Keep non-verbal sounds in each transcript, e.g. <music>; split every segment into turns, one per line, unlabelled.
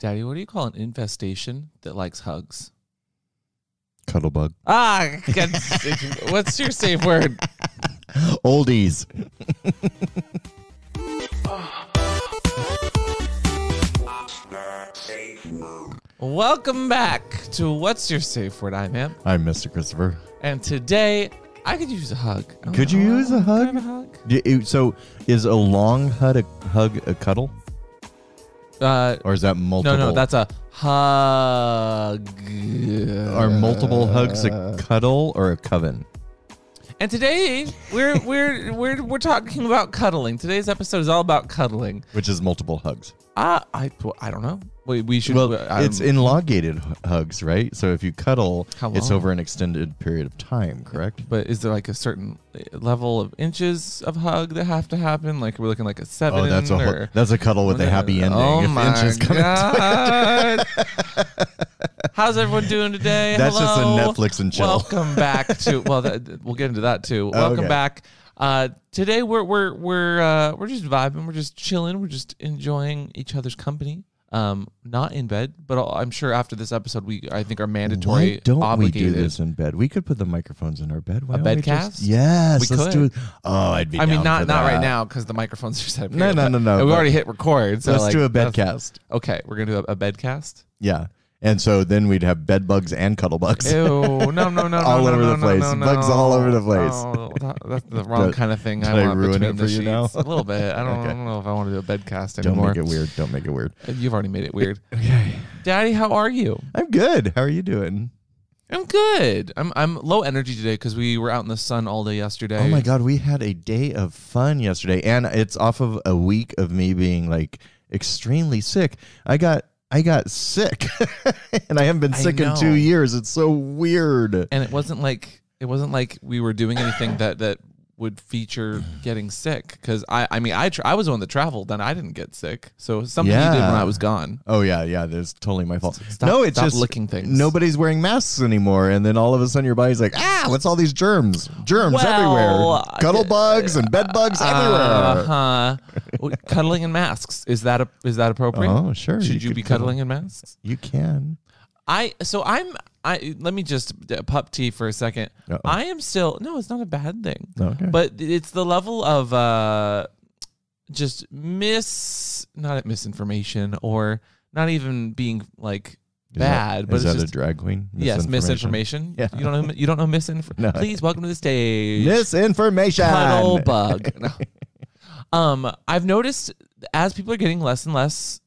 Daddy, what do you call an infestation that likes hugs?
Cuddlebug.
Ah, God, <laughs> what's your safe word?
Oldies.
Welcome back to What's Your Safe Word? I'm Amp.
I'm Mr. Christopher.
And today, I could use a hug. I'm
Could you
like,
use
can
a
I
hug?
have a hug?
Y- it- So is a long hug a, hug a cuddle?
Uh,
Or is that
no,
multiple?
no, that's a hug.
Are multiple hugs a cuddle or a coven?
And today, we're we're we're we're talking about cuddling. Today's episode is all about cuddling.
Which is multiple hugs.
Ah, I well, I don't know. We, we should. um,
Well,
I don't-
it's elongated h- hugs, right? So if you cuddle,
How
it's
long?
over an extended period of time, correct?
But is there like a certain eh, level of inches of hug that have to happen? Like we're looking like a seven.
Oh, that's a hu-
or-
that's a cuddle with a happy ending.
Oh
if
my
inches come in-
god! <laughs> How's everyone doing today?
That's just a
Hello?
Netflix and chill.
Welcome back
<laughs>
to well, that, we'll get into that too. Welcome
Okay.
back. Uh, today we're we're we're uh, we're just vibing. We're just chilling. We're just enjoying each other's company. Um, not in bed, but I'll- I'm sure after this episode, we I think are mandatory.
Why don't
obligated.
we do this in bed? We could put the microphones in our bed. Why
A
don't
bed
we just-
cast?
yes,
We
let's
could.
do it. Oh, I'd be.
I mean,
down
not
for
not right
that.
now because the microphones <laughs> are set. up
No,
here,
no,
but-
no, no,
and We
but-
already hit record. So
Let's
like,
do a bed
that's-
cast.
Okay, we're gonna do a, a bed
<laughs>
cast.
Yeah, and so then we'd have bed bugs and cuddle bugs.
Ew! No, no, no, no,
All
no,
over
no,
the
no,
place.
No, no,
Bugs all over the place. <laughs>
No, that- that's the wrong
Did-
kind of thing I
did I
want
ruin it
between the
for you now?
sheets. A little bit.
<laughs>
I don't, I
Okay.
don't know if I want to do a bed cast
<laughs> Don't
anymore.
make it weird. Don't make it weird.
You've already made it weird.
<laughs> Okay,
Daddy, how are you?
I'm good. How are you doing?
I'm good. I'm I'm low energy today because we were out in the sun all day yesterday.
Oh my god, we had a day of fun yesterday, and it's off of a week of me being like extremely sick. I got I got sick, <laughs> and I haven't been
I
sick in
know.
two years. It's so weird.
And it wasn't like it wasn't like we were doing anything that that would feature getting sick because I I mean I tr I was the one that traveled and I didn't get sick so it was something you did when
Yeah.
I was gone.
Oh yeah, yeah. That's totally my fault.
Stop-
no, it's
stop
just
licking things.
Nobody's wearing masks anymore, and then all of a sudden your body's like, ah, what's all these germs? Germs
Well, uh,
everywhere.
I-
Cuddle bugs and bed bugs everywhere.
Uh-huh. W- cuddling in masks is that a, is that appropriate?
Oh sure.
Should you,
could
be
cuddle.
cuddling in masks?
You can.
I so I'm I let me just d- pup tea for a 2nd
Uh-oh.
I am still no, it's not a bad thing,
Okay.
but it's the level of uh just miss not misinformation or not even being like
Is that-
bad, but
is
it's
that
just
a drag queen?
yes misinformation.
Yeah.
You don't know you don't know misinformation.
<laughs> No.
Please welcome to the stage.
Misinformation. <laughs>
Cuddle bug. No. Um, I've noticed as people are getting less and less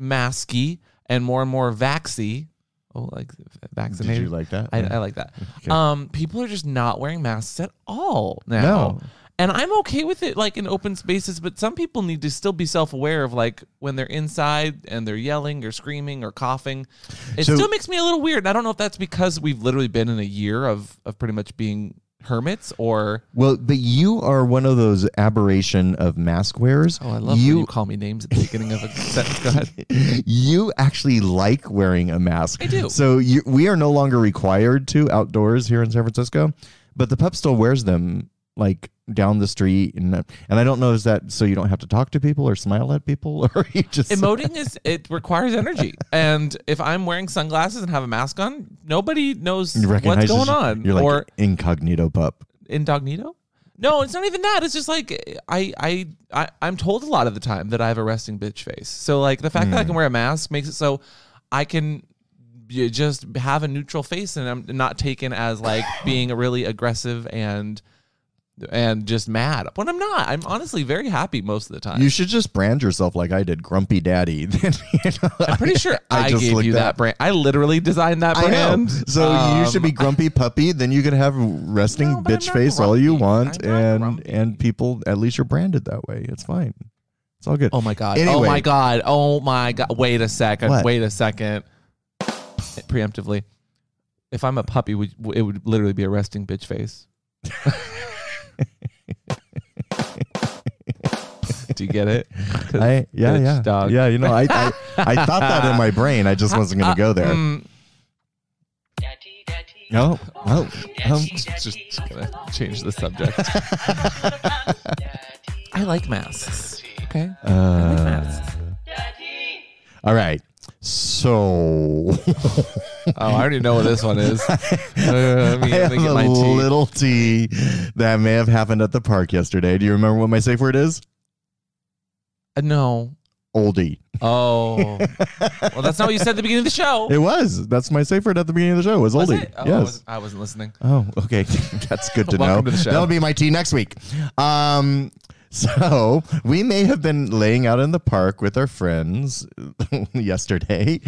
masky and more and more vaxy. Oh, like
Did
vaccinated.
you like that?
I,
Yeah.
I like that.
Okay.
Um, people are just not wearing masks at all now.
No.
And I'm okay with it, like in open spaces, but some people need to still be self aware of, like, when they're inside and they're yelling or screaming or coughing. It
So-
still makes me a little weird. And I don't know if that's because we've literally been in a year of, of pretty much being hermits or.
well, but you are one of those aberration of mask wearers.
Oh, I love you, when you call me names at the beginning <laughs> of a sentence. Go ahead.
<laughs> you actually like wearing a mask.
I do.
So you, we are no longer required to outdoors here in San Francisco, but the pup still wears them like down the street, and and I don't know is that so you don't have to talk to people or smile at people <laughs> or you just
Emoting is it requires energy, and if I'm wearing sunglasses and have a mask on, nobody knows
you
what's
recognize
going
you-
on.
You're like
or
incognito pup.
incognito? No, it's not even that. It's just like I I, I I'm told a lot of the time that I have a resting bitch face. So like the fact that I
Hmm.
can wear a mask makes it so I can y- just have a neutral face and I'm not taken as
<laughs>
like being really aggressive and and just mad when I'm not. I'm honestly very happy most of the time.
You should just brand yourself like I did, Grumpy Daddy. <laughs> Then, you know,
I'm
<laughs>
pretty sure I,
just
gave
looked
you that
up.
brand. I literally designed that
I know.
brand.
So you should
Um, <laughs>
be grumpy puppy. Then you can have resting
No, but I'm
bitch
not
face all you
grumpy.
want,
I'm not
and
grumpy.
and people at least you're branded that way. It's fine. It's all good.
Oh my god. Oh
Anyway.
my god. Oh my god. Wait a second.
What?
Wait a second. Preemptively, if I'm a puppy, would it would literally be a resting bitch
<laughs>
face. Do you get it? 'Cause
I, yeah,
bitch
yeah,
dog.
yeah. You know, I, I I thought that in my brain.
<laughs>
I just wasn't going to go there.
mm,
Daddy, daddy.
No, no. Um,
just, just gonna change the subject.
Daddy,
I like masks. Okay. I like
uh,
masks.
daddy.
all right. So
<laughs> Oh, I already know what this one
<laughs>
is. Uh, let me,
I
let
have
me get
a
my tea.
little tea that may have happened at the park yesterday. Do you remember what my safe word is?
Uh, no.
Oldie. <laughs>
Oh. well, that's not what you said at the beginning of the show.
It was. That's my safe word at the beginning of the show. Was
Oh. Was
oldie.
it? Oh, I,
yes.
wasn't, I wasn't listening.
Oh, okay. <laughs> That's good to know.
Welcome to the show.
That'll be my tea next week. Um, so we may have been laying out in the park with our friends <laughs> yesterday.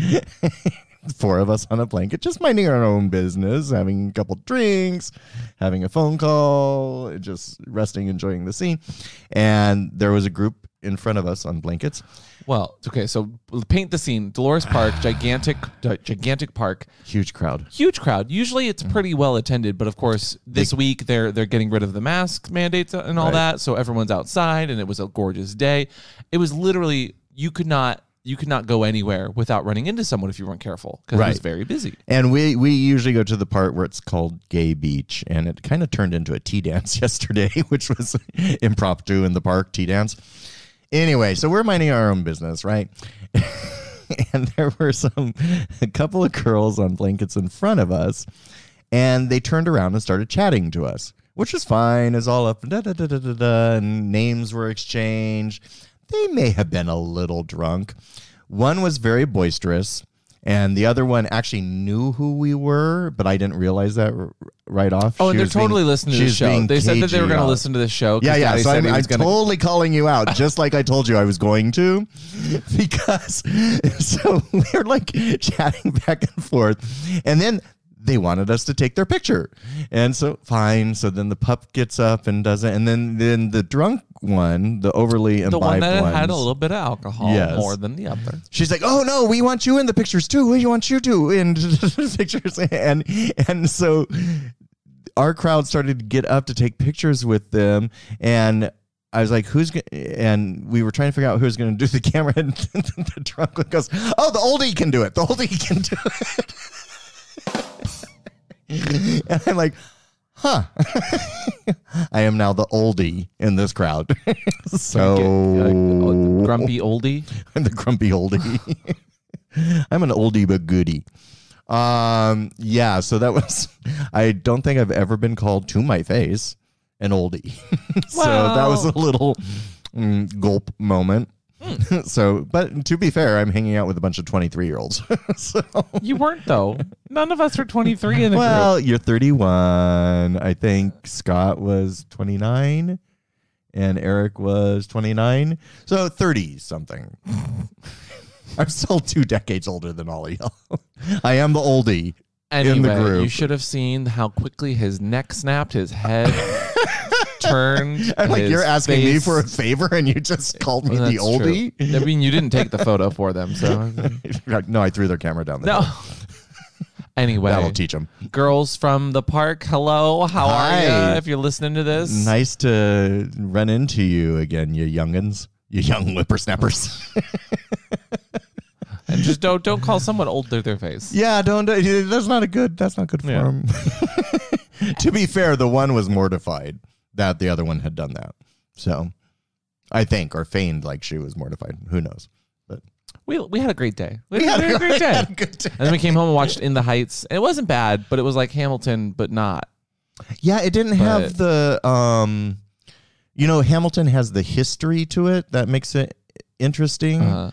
<laughs> Four of us on a blanket, just minding our own business, having a couple drinks, having a phone call, just resting, enjoying the scene. And there was a group in front of us on blankets.
Well, okay. So paint the scene. Dolores
<sighs>
Park, gigantic, gigantic park,
Huge crowd.
huge crowd. Usually it's
Mm-hmm.
pretty well attended, but of course this week they're they're getting rid of the mask mandates and all
Right.
that, so everyone's outside, and it was a gorgeous day. It was literally you could not you could not go anywhere without running into someone if you weren't careful because it was
Right.
very busy.
And we we usually go to the part where it's called Gay Beach, and it kind of turned into a tea dance <laughs> yesterday, which was <laughs> impromptu in the park tea dance. Anyway, so we're minding our own business, right? <laughs> and there were some a couple of girls on blankets in front of us, and they turned around and started chatting to us, which is fine. Is all up da da da da da da, and names were exchanged. They may have been a little drunk. One was very boisterous, and the other one actually knew who we were, but I didn't realize that r- right off.
Oh, and
She
they're
was being-
totally listening to the
she's
show.
being
They said that they were
cagey
going to
off.
listen to this show. 'cause
Yeah, yeah.
Daddy
So
said
I'm,
he
I'm
was gonna-
totally calling
<laughs>
you out, just like I told you I was going to, <laughs> because <laughs> so we're like chatting back and forth, and then they wanted us to take their picture, and so fine. So then the pup gets up and does it, and then then the drunk one, the overly imbibed
the one that had a
ones,
little bit of alcohol
Yes.
more than the other.
She's like, "Oh no, we want you in the pictures too. We want you to in <laughs> the pictures." And and so our crowd started to get up to take pictures with them, and I was like, "Who's?" Go-? And we were trying to figure out who's going to do the <laughs> camera, and the drunk one goes, "Oh, the oldie can do it. The oldie can do it." <laughs> and I'm like. Huh. <laughs> I am now the oldie in this crowd. <laughs> so
Uh, grumpy oldie.
I'm <laughs> the grumpy oldie. <laughs> I'm an oldie but goodie. Um, yeah, so that was. <laughs> I don't think I've ever been called to my face an oldie. <laughs> so that was
Wow.
a little mm, gulp moment. <laughs> so, but to be fair, I'm hanging out with a bunch of 23 year olds. <laughs> so,
You weren't though. None of us are 23 in the group.
well, you're 31. I think Scott was 29 and Eric was 29. So 30 <laughs> something. I'm still two decades older than all of y'all. <laughs> I am the oldie.
Anyway,
in the group.
you should have seen how quickly his neck snapped, his head
<laughs>
turned.
I'm like,
his
you're asking me
face-
for a favor and you just <laughs> called me
Well,
the
that's true.
oldie?
I mean, you didn't take the photo for them,
<laughs>
so
no, I threw their camera down there.
no. Anyway,
That'll teach them.
girls from the park, hello, how are
Hi.
you? If you're listening to this,
Nice to run into you again, you youngins, you young <laughs> whippersnappers.
and just don't don't call someone old through their face.
Yeah, don't. uh, That's not a good. That's not good for
Yeah.
him. <laughs> to be fair, the one was mortified that the other one had done that. So, I think, or feigned like she was mortified. Who knows? But
We we had a great day. We, <laughs> had, a great day.
had a good day.
And then we came home and watched In the Heights. And it wasn't bad, but it was like Hamilton, but not.
Yeah, it didn't have the. um You know, Hamilton has the history to it that makes it interesting.
Uh,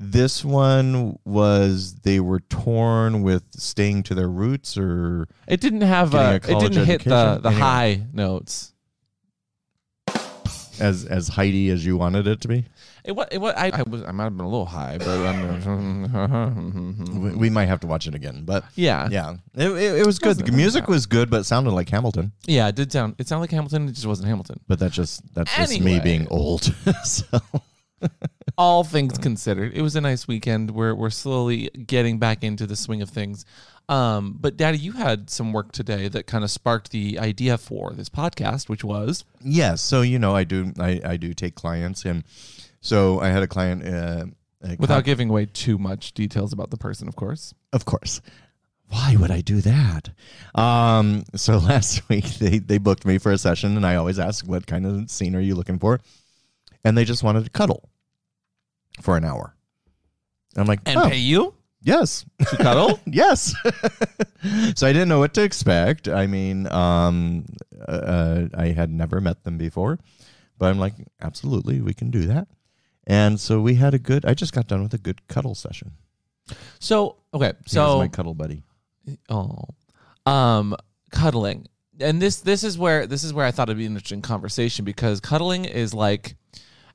This one was they were torn with staying to their roots, or
it didn't have
Getting a
uh, it
college
didn't hit the,
education?
the
Anyway.
high notes.
as as Heidi as you wanted it to be.
It what it what I, I was I might have been a little high, but I'm,
We, we might have to watch it again, but
<laughs> yeah.
yeah, it, it, it was good.
Wasn't
The music
bad.
was good, but it sounded like Hamilton.
Yeah, it did sound it sounded like Hamilton, it just wasn't Hamilton.
But that's just that's just me
Anyway.
being old. <laughs> so
All things
Mm.
considered, it was a nice weekend. We're we're slowly getting back into the swing of things. Um, but Daddy, you had some work today that kind of sparked the idea for this podcast, which was
yeah, so you know, I do I, I do take clients, and so I had a client. Uh, a
without
con-
giving away too much details about the person, of course.
of course. Why would I do that? Um, so <laughs> last week they, they booked me for a session, and I always ask, "What kind of scene are you looking for?" And they just wanted to cuddle for an hour. And I'm like,
and
oh,
pay you
yes,
to
<laughs>
cuddle.
yes. so I didn't know what to expect. I mean, um, uh, I had never met them before, but I'm like, absolutely, we can do that. And so we had a good. I just got done with a good cuddle session.
so okay,
He was
so
my cuddle buddy.
oh, um, cuddling, and this this is where this is where I thought it'd be an interesting conversation because cuddling is like.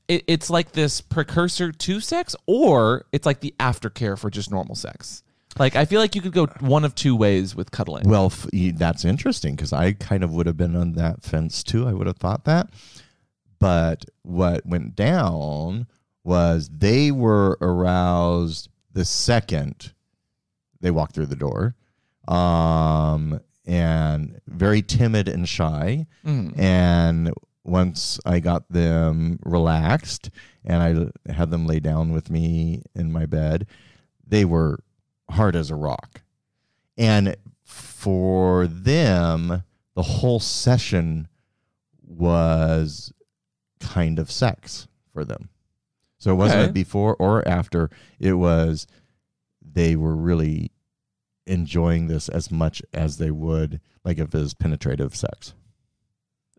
It, it's like this precursor to sex, or it's like the aftercare for just normal sex. Like I feel like you could go one of two ways with cuddling.
Well, f- y- that's interesting because I kind of would have been on that fence too. I would have thought that. But what went down was they were aroused the second they walked through the door um, and very timid and shy.
Mm.
And once I got them relaxed and I had them lay down with me in my bed, they were hard as a rock. And for them, the whole session was kind of sex for them. So it wasn't
Okay.
before or after. It was they were really enjoying this as much as they would like if it was penetrative sex.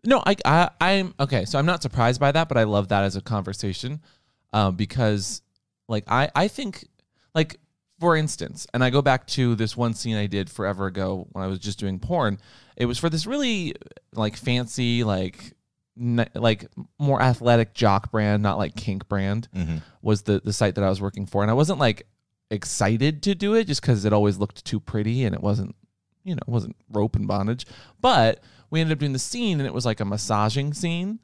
No, I, I, I'm okay. So I'm not surprised by that, but I love that as a conversation, um, because like I, I think like for instance, and I go back to this one scene I did forever ago when I was just doing porn. It was for this really like fancy, like, n- like more athletic jock brand, not like kink brand
Mm-hmm.
was the the site that I was working for, and I wasn't like excited to do it just because it always looked too pretty and it wasn't you know it wasn't rope and bondage. But we ended up doing the scene, and it was like a massaging scene,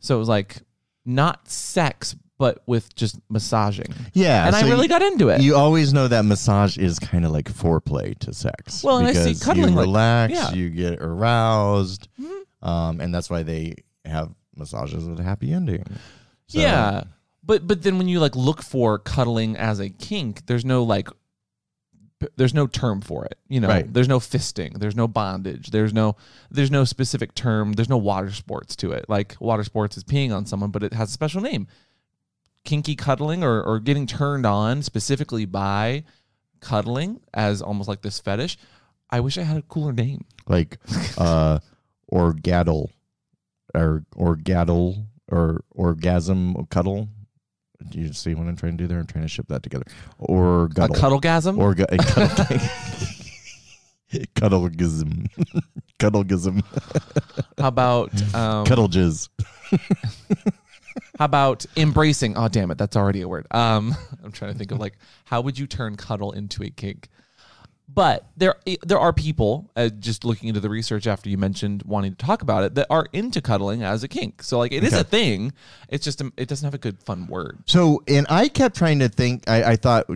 so it was like not sex, but with just massaging,
Yeah,
and I
Ah, so
really
you,
got into it.
You always know that massage is kind of like foreplay to sex.
Well, and I see
because
cuddling
You
like-
relax,
yeah.
you get aroused,
Mhm.
um, and that's why they have massages with a happy ending. So-
yeah, but but then when you like look for cuddling as a kink, there's no like. p- There's no term for it, you know.
Right.
There's no fisting. There's no bondage. There's no there's no specific term. There's no water sports to it. Like water sports is peeing on someone, but it has a special name. Kinky cuddling or, or getting turned on specifically by cuddling as almost like this fetish. I wish I had a cooler name.
like uh, orgadle or orgadle or orgasm cuddle. Do you see what I'm trying to do there? I'm trying to ship that together. Or
A cuddlegasm.
Or a cuddle. <laughs> Cuddlegism. <laughs> Cuddlegism.
Oh. how about
<laughs>
um,
Cuddle jizz.
How about embracing? Oh, damn it, that's already a word. Um, <laughs> I'm trying to think of like how would you turn cuddle into a kink? But there, there are people uh, just looking into the research after you mentioned wanting to talk about it that are into cuddling as a kink. So like it is
Okay.
a thing. It's just um, it doesn't have a good fun word.
So, and I kept trying to think. I, I thought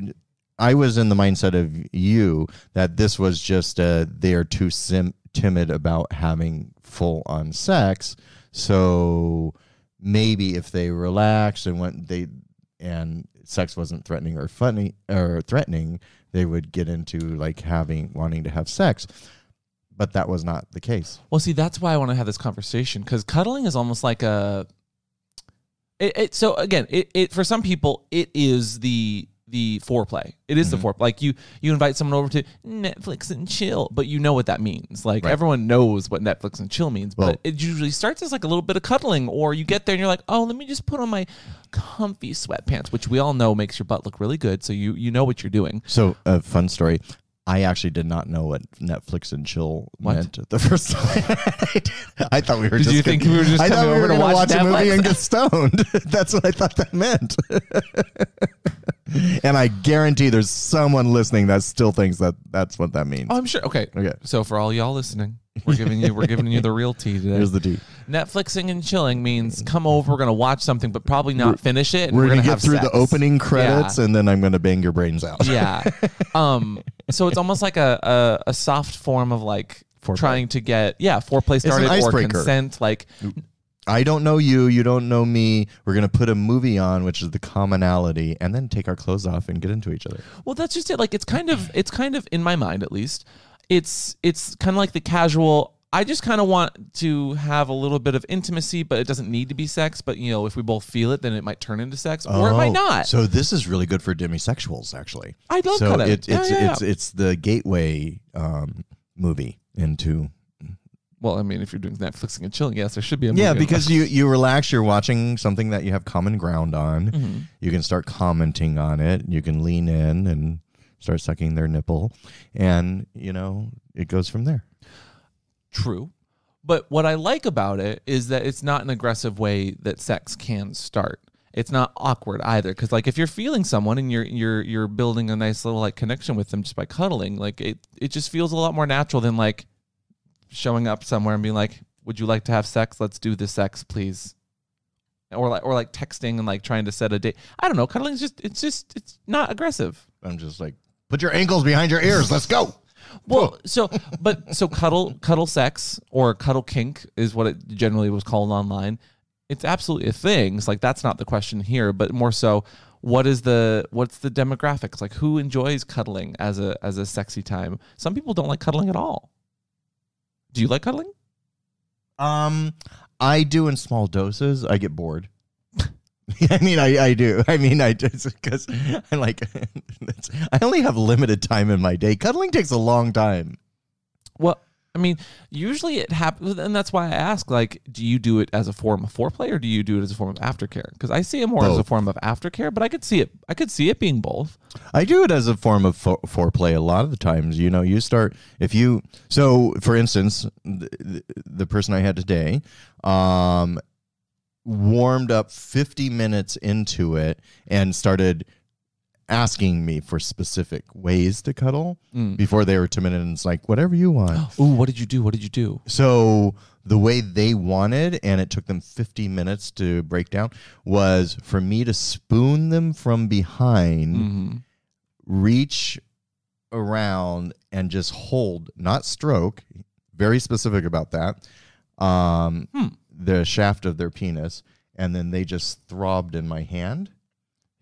I was in the mindset of you that this was just uh, they're too sim- timid about having full on sex. So maybe if they relaxed and went they and sex wasn't threatening or funny or threatening, they would get into like having wanting to have sex. But that was not the case.
Well, see, that's why I want to have this conversation because cuddling is almost like a. It, it so again, it, it for some people it is the the foreplay. It is
Mm-hmm.
the foreplay. Like you you invite someone over to Netflix and chill, but you know what that means. Like
Right.
everyone knows what Netflix and chill means,
Well-
but it usually starts as like a little bit of cuddling, or you get there and you're like, oh, let me just put on my comfy sweatpants, which we all know makes your butt look really good. So you you know what you're doing.
So a fun story. I actually did not know what Netflix and chill
What?
meant the first time. <laughs> I did. I thought we were.
Did
just
you
gonna-
think we were just
I thought
coming
we
over
were
to
gonna
watch
watch, a movie
Netflix? <laughs>
and get stoned. <laughs> That's what I thought that meant. <laughs> and I guarantee there's someone listening that still thinks that that's what that means.
Oh, I'm sure. Okay.
Okay,
So for all y'all listening, we're giving you we're giving you the real tea today.
here's the tea.
Netflixing and chilling means come over, we're gonna watch something, but probably not finish it. And
We're, gonna,
have
get through
sex.
the opening credits, and then I'm gonna bang your brains out.
<laughs> Yeah. um. So it's almost like a a, a soft form of like
Foreplay.
trying to get yeah foreplay
an
started or
icebreaker.
consent. Like
<laughs> I don't know you. You don't know me. We're gonna put a movie on, which is the commonality, and then take our clothes off and get into each other.
well, that's just it. Like it's kind of it's kind of in my mind at least. It's it's kind of like the casual. I just kind of want to have a little bit of intimacy, but it doesn't need to be sex. But you know, if we both feel it, then it might turn into sex, or it might
Oh,
not.
So this is really good for demisexuals, actually.
I love
so
cutting.
it,
Yeah,
it's
yeah,
it's it's the gateway um, movie into
well, I mean, if you're doing Netflixing and chilling, yes, there should be a movie
yeah
on
because <laughs> you you relax you're watching something that you have common ground on
that. Mhm.
you can start commenting on it you can lean in and start sucking their nipple and you know it goes from there
True. But what I like about it is that it's not an aggressive way that sex can start. It's not awkward either, because like if you're feeling someone and you're you're you're building a nice little like connection with them just by cuddling, like it it just feels a lot more natural than like showing up somewhere and being like, "Would you like to have sex? Let's do the sex, please," or like or like texting and like trying to set a date. I don't know. Cuddling's just it's just it's not aggressive.
i'm just like put your ankles behind your ears let's go
Well, so but so cuddle cuddle sex or cuddle kink is what it generally was called online. It's absolutely a thing. It's like that's not the question here, but more so what is the what's the demographics? Like who enjoys cuddling as a as a sexy time? Some people don't like cuddling at all. Do you like cuddling?
um i do in small doses i get bored <laughs> I mean, I, I do. I mean, I just because I like. <laughs> that's- I only have limited time in my day. Cuddling takes a long time.
Well, I mean, usually it happens, and that's why I ask. Like, do you do it as a form of foreplay, or do you do it as a form of aftercare? Because I see it more as a
Both.
form of aftercare, but I could see it. I could see it being both.
I do it as a form of fo- foreplay a lot of the times. You know, you start if you so for instance, the, the person I had today um warmed up 50 minutes into it and started asking me for specific ways to cuddle
Mm.
before they were timid and it's like whatever
<gasps>
you want.
<gasps> Ooh, what did you do? What did you do?
So the way they wanted, and it took them 50 minutes to break down, was for me to spoon them from behind, reach around, and just hold, not stroke. Very specific about that. Um,
Hmm.
The shaft of their penis, and then they just throbbed in my hand.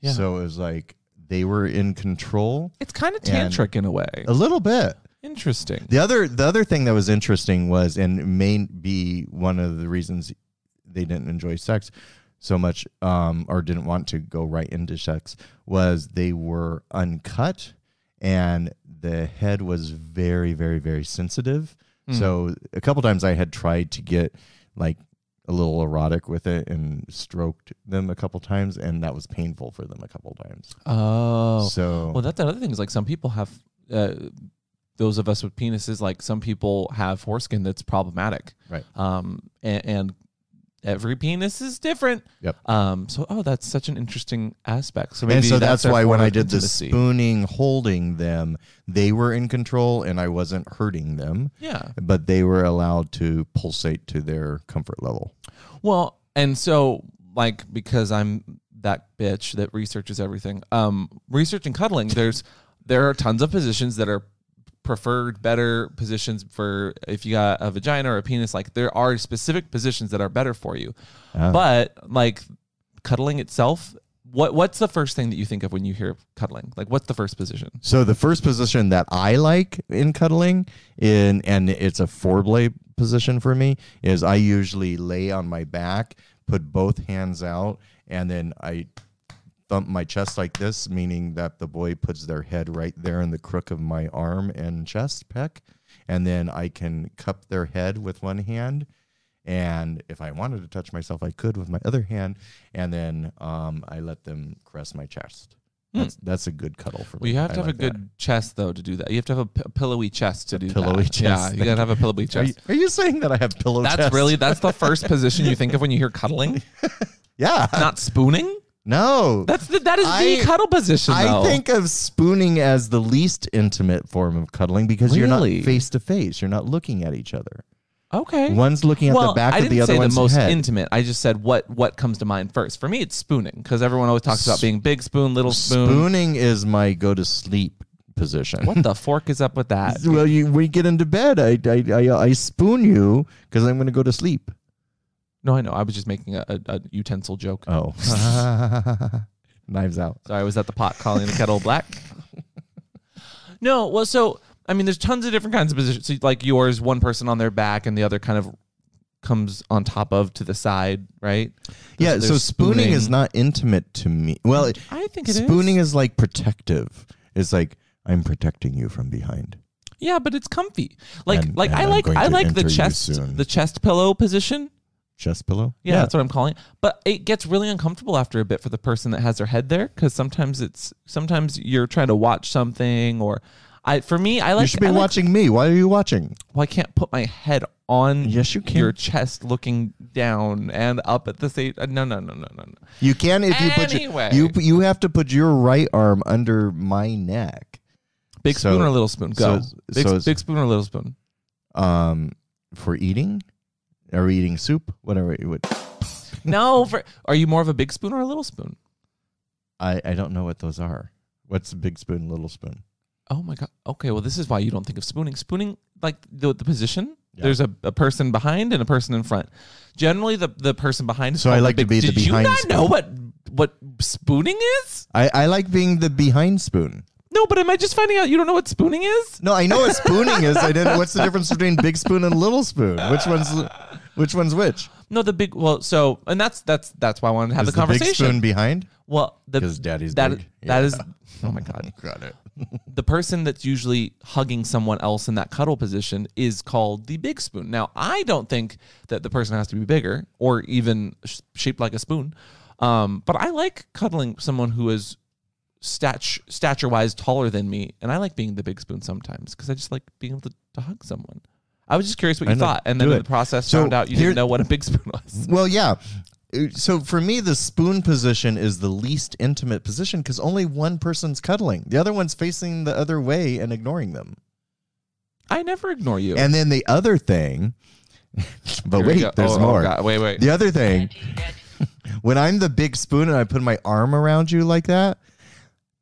Yeah.
So it was like they were in control
It's kind of
And-
tantric in a way.
a little bit.
Interesting.
The other the other thing that was interesting was, and may be one of the reasons they didn't enjoy sex so much, um, or didn't want to go right into sex, was they were uncut, and the head was very, very, very sensitive.
Mm.
So a couple times I had tried to get like a little erotic with it and stroked them a couple times, and that was painful for them a couple times.
Oh,
So
well, that's another thing. Is like some people have uh, those of us with penises. Like some people have foreskin that's problematic.
Right.
Um, and, and every penis is different.
Yep.
Um. So, oh, that's such an interesting aspect. So maybe
and so that's,
their
why when
form
I
of
did the
intimacy.
spooning, holding them, they were in control and I wasn't hurting them,
yeah.
but they were allowed to pulsate to their comfort level.
Well, and so like because I'm that bitch that researches everything. Um, researching cuddling.
<laughs>
There's there are tons of positions that are preferred, better positions for if you got a vagina or a penis. Like there are specific positions that are better for you.
Ah.
But like cuddling itself, what what's the first thing that you think of when you hear cuddling? Like what's the first position?
So the first position that I like in cuddling in and it's a foreplay position for me is I usually lay on my back, put both hands out and then I thump my chest like this meaning that the boy puts their head right there in the crook of my arm and chest peck and then I can cup their head with one hand and if I wanted to touch myself I could with my other hand and then um, I let them caress my chest. That's, that's a good cuddle for me.
Well, you Hmm. have
I
to have
like
a
that.
good chest though to do that. You have to have a, p- a pillowy chest to do
pillowy
that.
chest,
Yeah, you
thank
gotta have a pillowy chest.
Are you, are you saying that I have pillow
That's
chest?
really that's the first position you think of when you hear cuddling,
<laughs> yeah.
not spooning.
no.
That's the, that is the
I-
cuddle position.
I
though.
think of spooning as the least intimate form of cuddling because you're
Really?
not face to face. You're not looking at each other.
okay.
One's looking at
well,
the back
I
of
didn't
the other
say the
one's
most
head.
intimate. I just said what what comes to mind first. For me, it's spooning because everyone always talks about being big spoon, little spoon.
Spooning is my go to sleep position. <laughs>
What the fork is up with that?
well, you when you get into bed, I I, I, I spoon you because I'm going to go to sleep.
No, I know. I was just making a, a, a utensil joke.
Oh, <laughs> knives out. <laughs>
Sorry, I was at the pot calling the kettle black. No, well, so I mean, there's tons of different kinds of positions. So, like yours, one person on their back and the other kind of comes on top of to the side, right?
yeah,
There's-
so
there's
spooning, is not intimate to me. Well, it,
I think it is.
spooning is. like protective. It's like I'm protecting you from behind.
Yeah, but it's comfy. Like
And-
like
and
I
I'm
like
going
I
to
like
enter
the
you
chest
soon.
the chest pillow position.
Chest pillow?
Yeah, that's what I'm calling. it. But it gets really uncomfortable after a bit for the person that has their head there because sometimes it's sometimes you're trying to watch something or I for me I like
you should be
I like-
watching me. Why are you watching?
well, I can't put my head on
Yes, you
your
can.
chest looking down and up at the same. uh, No, no, no, no, no, no.
You can if you
Anyway.
put your, you you have to put your right arm under my neck.
Big
So-
spoon or little spoon? Go.
so-
big,
so-
big spoon or little
<laughs>
spoon?
Um, for eating, or eating soup, whatever it would.
no. For, are you more of a big spoon or a little spoon?
I I don't know what those are. What's a big spoon, little spoon?
Oh my god. Okay, well this is why you don't think of spooning. Spooning like the the position.
Yeah.
There's a, a person behind and a person in front. Generally the the person behind is
So I
called
like to
big-
be the
Did
behind
you not
spoon.
know what what spooning is?
I I like being the behind spoon.
No, but am I just finding out you don't know what spooning is?
No, I know what spooning is. I didn't. What's the difference between big spoon and little spoon? Which one's which one's which?
No, the big well so and that's that's that's why I wanted to have
Is
the conversation.
big spoon behind?
well, the
'Cause daddy's
that
big.
that
Yeah.
is Oh my god.
Got it.
the person that's usually hugging someone else in that cuddle position is called the big spoon. Now, I don't think that the person has to be bigger or even sh- shaped like a spoon, um, but I like cuddling someone who is stature stature wise taller than me, and I like being the big spoon sometimes because I just like being able to, to hug someone. I was just curious what
I
you
know.
thought, and
Do
then in
it.
the process
So
found out you
here-
didn't know what a big spoon was.
Well, yeah. Uh, So for me, the spoon position is the least intimate position because only one person's cuddling. The other one's facing the other way and ignoring them.
I never ignore you.
And then the other thing, <laughs> but
Here we
wait,
go.
there's
Oh, oh,
more.
God. Wait, wait.
The other thing,
daddy.
when I'm the big spoon and I put my arm around you like that,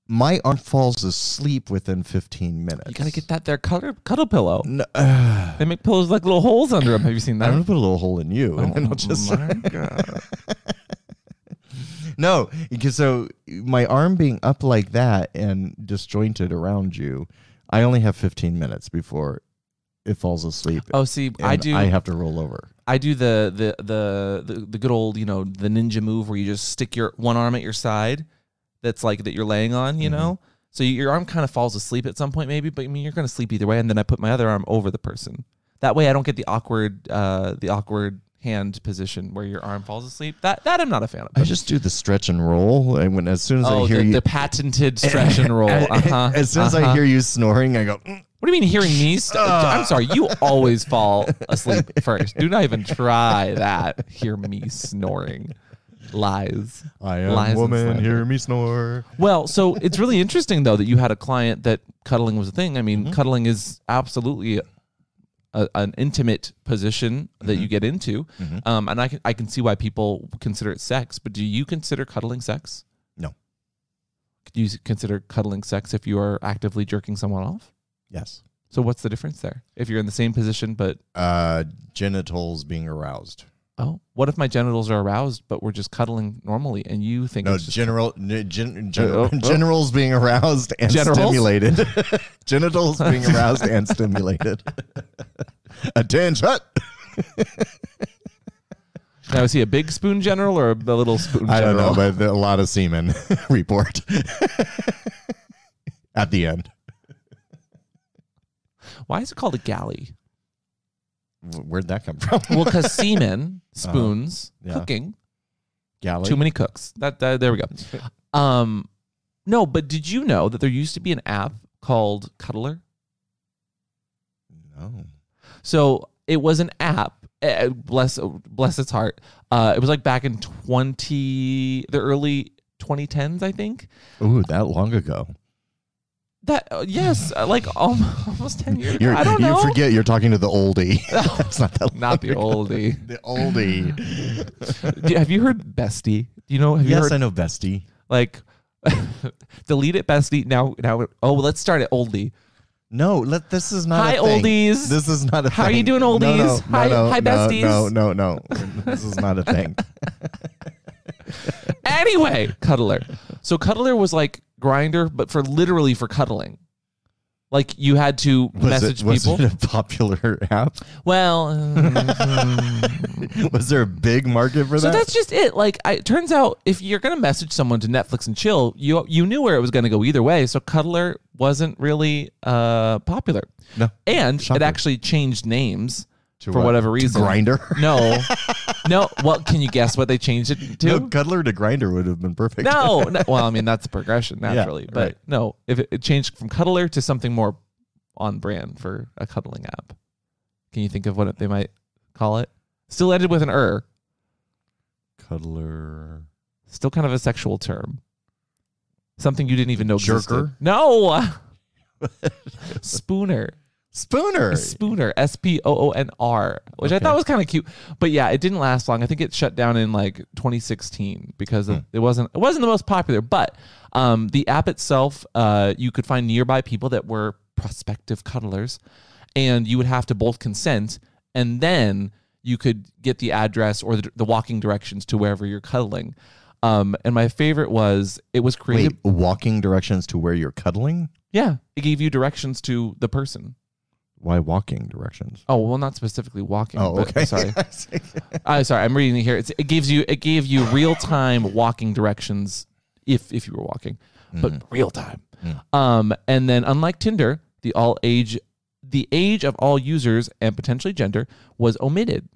my arm falls asleep within 15 minutes.
You gotta get that there cuddle, cuddle pillow.
No, <sighs> uh,
They make pillows like little holes under them. Have you seen that?
I'm gonna put a little hole in you, <laughs> and then I'll just no. Because so my arm being up like that and disjointed around you, I only have 15 minutes before it falls asleep.
Oh, see, I
and
do.
I
I,
have to roll over.
do the, the the the the good old you know the ninja move where you just stick your one arm at your side. That's like that you're laying on,
Mm-hmm.
you know. So you- your arm kind of falls asleep at some point, maybe. But I mean, you're gonna sleep either way. And then I put my other arm over the person. That way, I don't get the awkward uh the awkward hand position where your arm falls asleep. That that I'm not a fan of.
I just do the stretch and roll, and when as soon as
oh,
I hear
the,
you,
the patented stretch
<laughs>
and roll. Uh-huh.
as soon as I
uh-huh.
hear you snoring, I go. "Mm."
What do you mean hearing me? St- I'm sorry, you always fall asleep first. Do not even try that. Hear me snoring. Lies. Lies
I
and
am woman.
slander.
Hear me snore.
Well, so it's really interesting though that you had a client that cuddling was a thing. I mean, cuddling is absolutely a, an intimate position that you get into, um, and I can I can see why people consider it sex. But do you consider cuddling sex?
No.
Do you consider cuddling sex if you are actively jerking someone off?
Yes.
So what's the difference there? If you're in the same position, but
Uh, genitals being aroused.
oh, what if my genitals are aroused, but we're just cuddling normally, and you think
No,
it's just-
general, n- gen,
oh,
general
oh.
generals being aroused and
Generals? <laughs>
stimulated. <laughs> Genitals being aroused and stimulated. <laughs> Attention!
now is he a big spoon general or a little spoon?
<laughs> I don't
general?
know, but a lot of semen <laughs> report at the end.
Why is it called a galley?
Wh- Where'd that come from?
Well, because semen, spoons,
Uh-huh. yeah.
cooking,
<laughs> Galley.
too many cooks. That, that there we go. Um, no, but did you know that there used to be an app called Cuddler?
No.
So it was an app. eh, Bless bless its heart. Uh, it was like back in twenty, the early 2010s, I think.
Ooh, that long ago.
That uh,
<laughs>
yes, uh, like um, <laughs> almost ten years.
You're,
I don't
you
know.
forget you're talking to the oldie. <laughs>
<laughs>
it's not that
Not the
long ago.
oldie.
The <laughs> oldie.
Do- have you heard bestie? Do you know? Have you
yes,
heard
I know bestie.
like <laughs> delete it bestie? Now now oh let's start at oldie.
No, let, this is not.
Hi,
a thing.
oldies.
This is not a.
How are
thing.
you doing,
No,
oldies?
no,
Hi-
no, no,
hi,
no,
besties.
No, no, no. this
<laughs>
is not a thing.
Anyway, cuddler. So cuddler was like grinder, but for literally for cuddling. Like you had to
Was
message
it, was
people.
<laughs> it a popular app? <laughs>
well, uh,
was there a big market for
so
that?
that's just it. Like I, it turns out, if you're gonna message someone to Netflix and chill, you you knew where it was gonna go either way. So Cuddler wasn't really uh popular,
no.
and
Shocker.
it actually changed names
To
for
what?
whatever
To
reason.
Grinder.
No, no. Well, can you guess what they changed it to?
No, Cuddler to Grinder would have been perfect.
No, no- well, I mean that's the progression naturally, but
right.
no, if it, it changed from cuddler to something more on brand for a cuddling app, can you think of what they might call it? Still ended with an er,
Cuddler.
still kind of a sexual term, something you didn't even know. Existed.
Jerker?
No, <laughs> spooner,
Spooner.
spooner, S P O O N R, which I
Okay.
thought was kind of cute, but yeah, it didn't last long. I think it shut down in like 2016 because of,
Hmm.
it wasn't it wasn't the most popular. But um, the app itself, uh, you could find nearby people that were prospective cuddlers, and you would have to both consent, and then you could get the address or the, the walking directions to wherever you're cuddling. Um, and my favorite was it was created.
Wait, walking directions to where you're cuddling?
Yeah, it gave you directions to the person.
Why walking directions?
Oh well, not specifically walking.
Oh,
but-
okay. <laughs>
Sorry. I Uh, sorry, I'm reading it here. It's, it gives you it gave you real time walking directions if if you were walking, but real time. Um, and then unlike Tinder, the all age, the age of all users and potentially gender was omitted,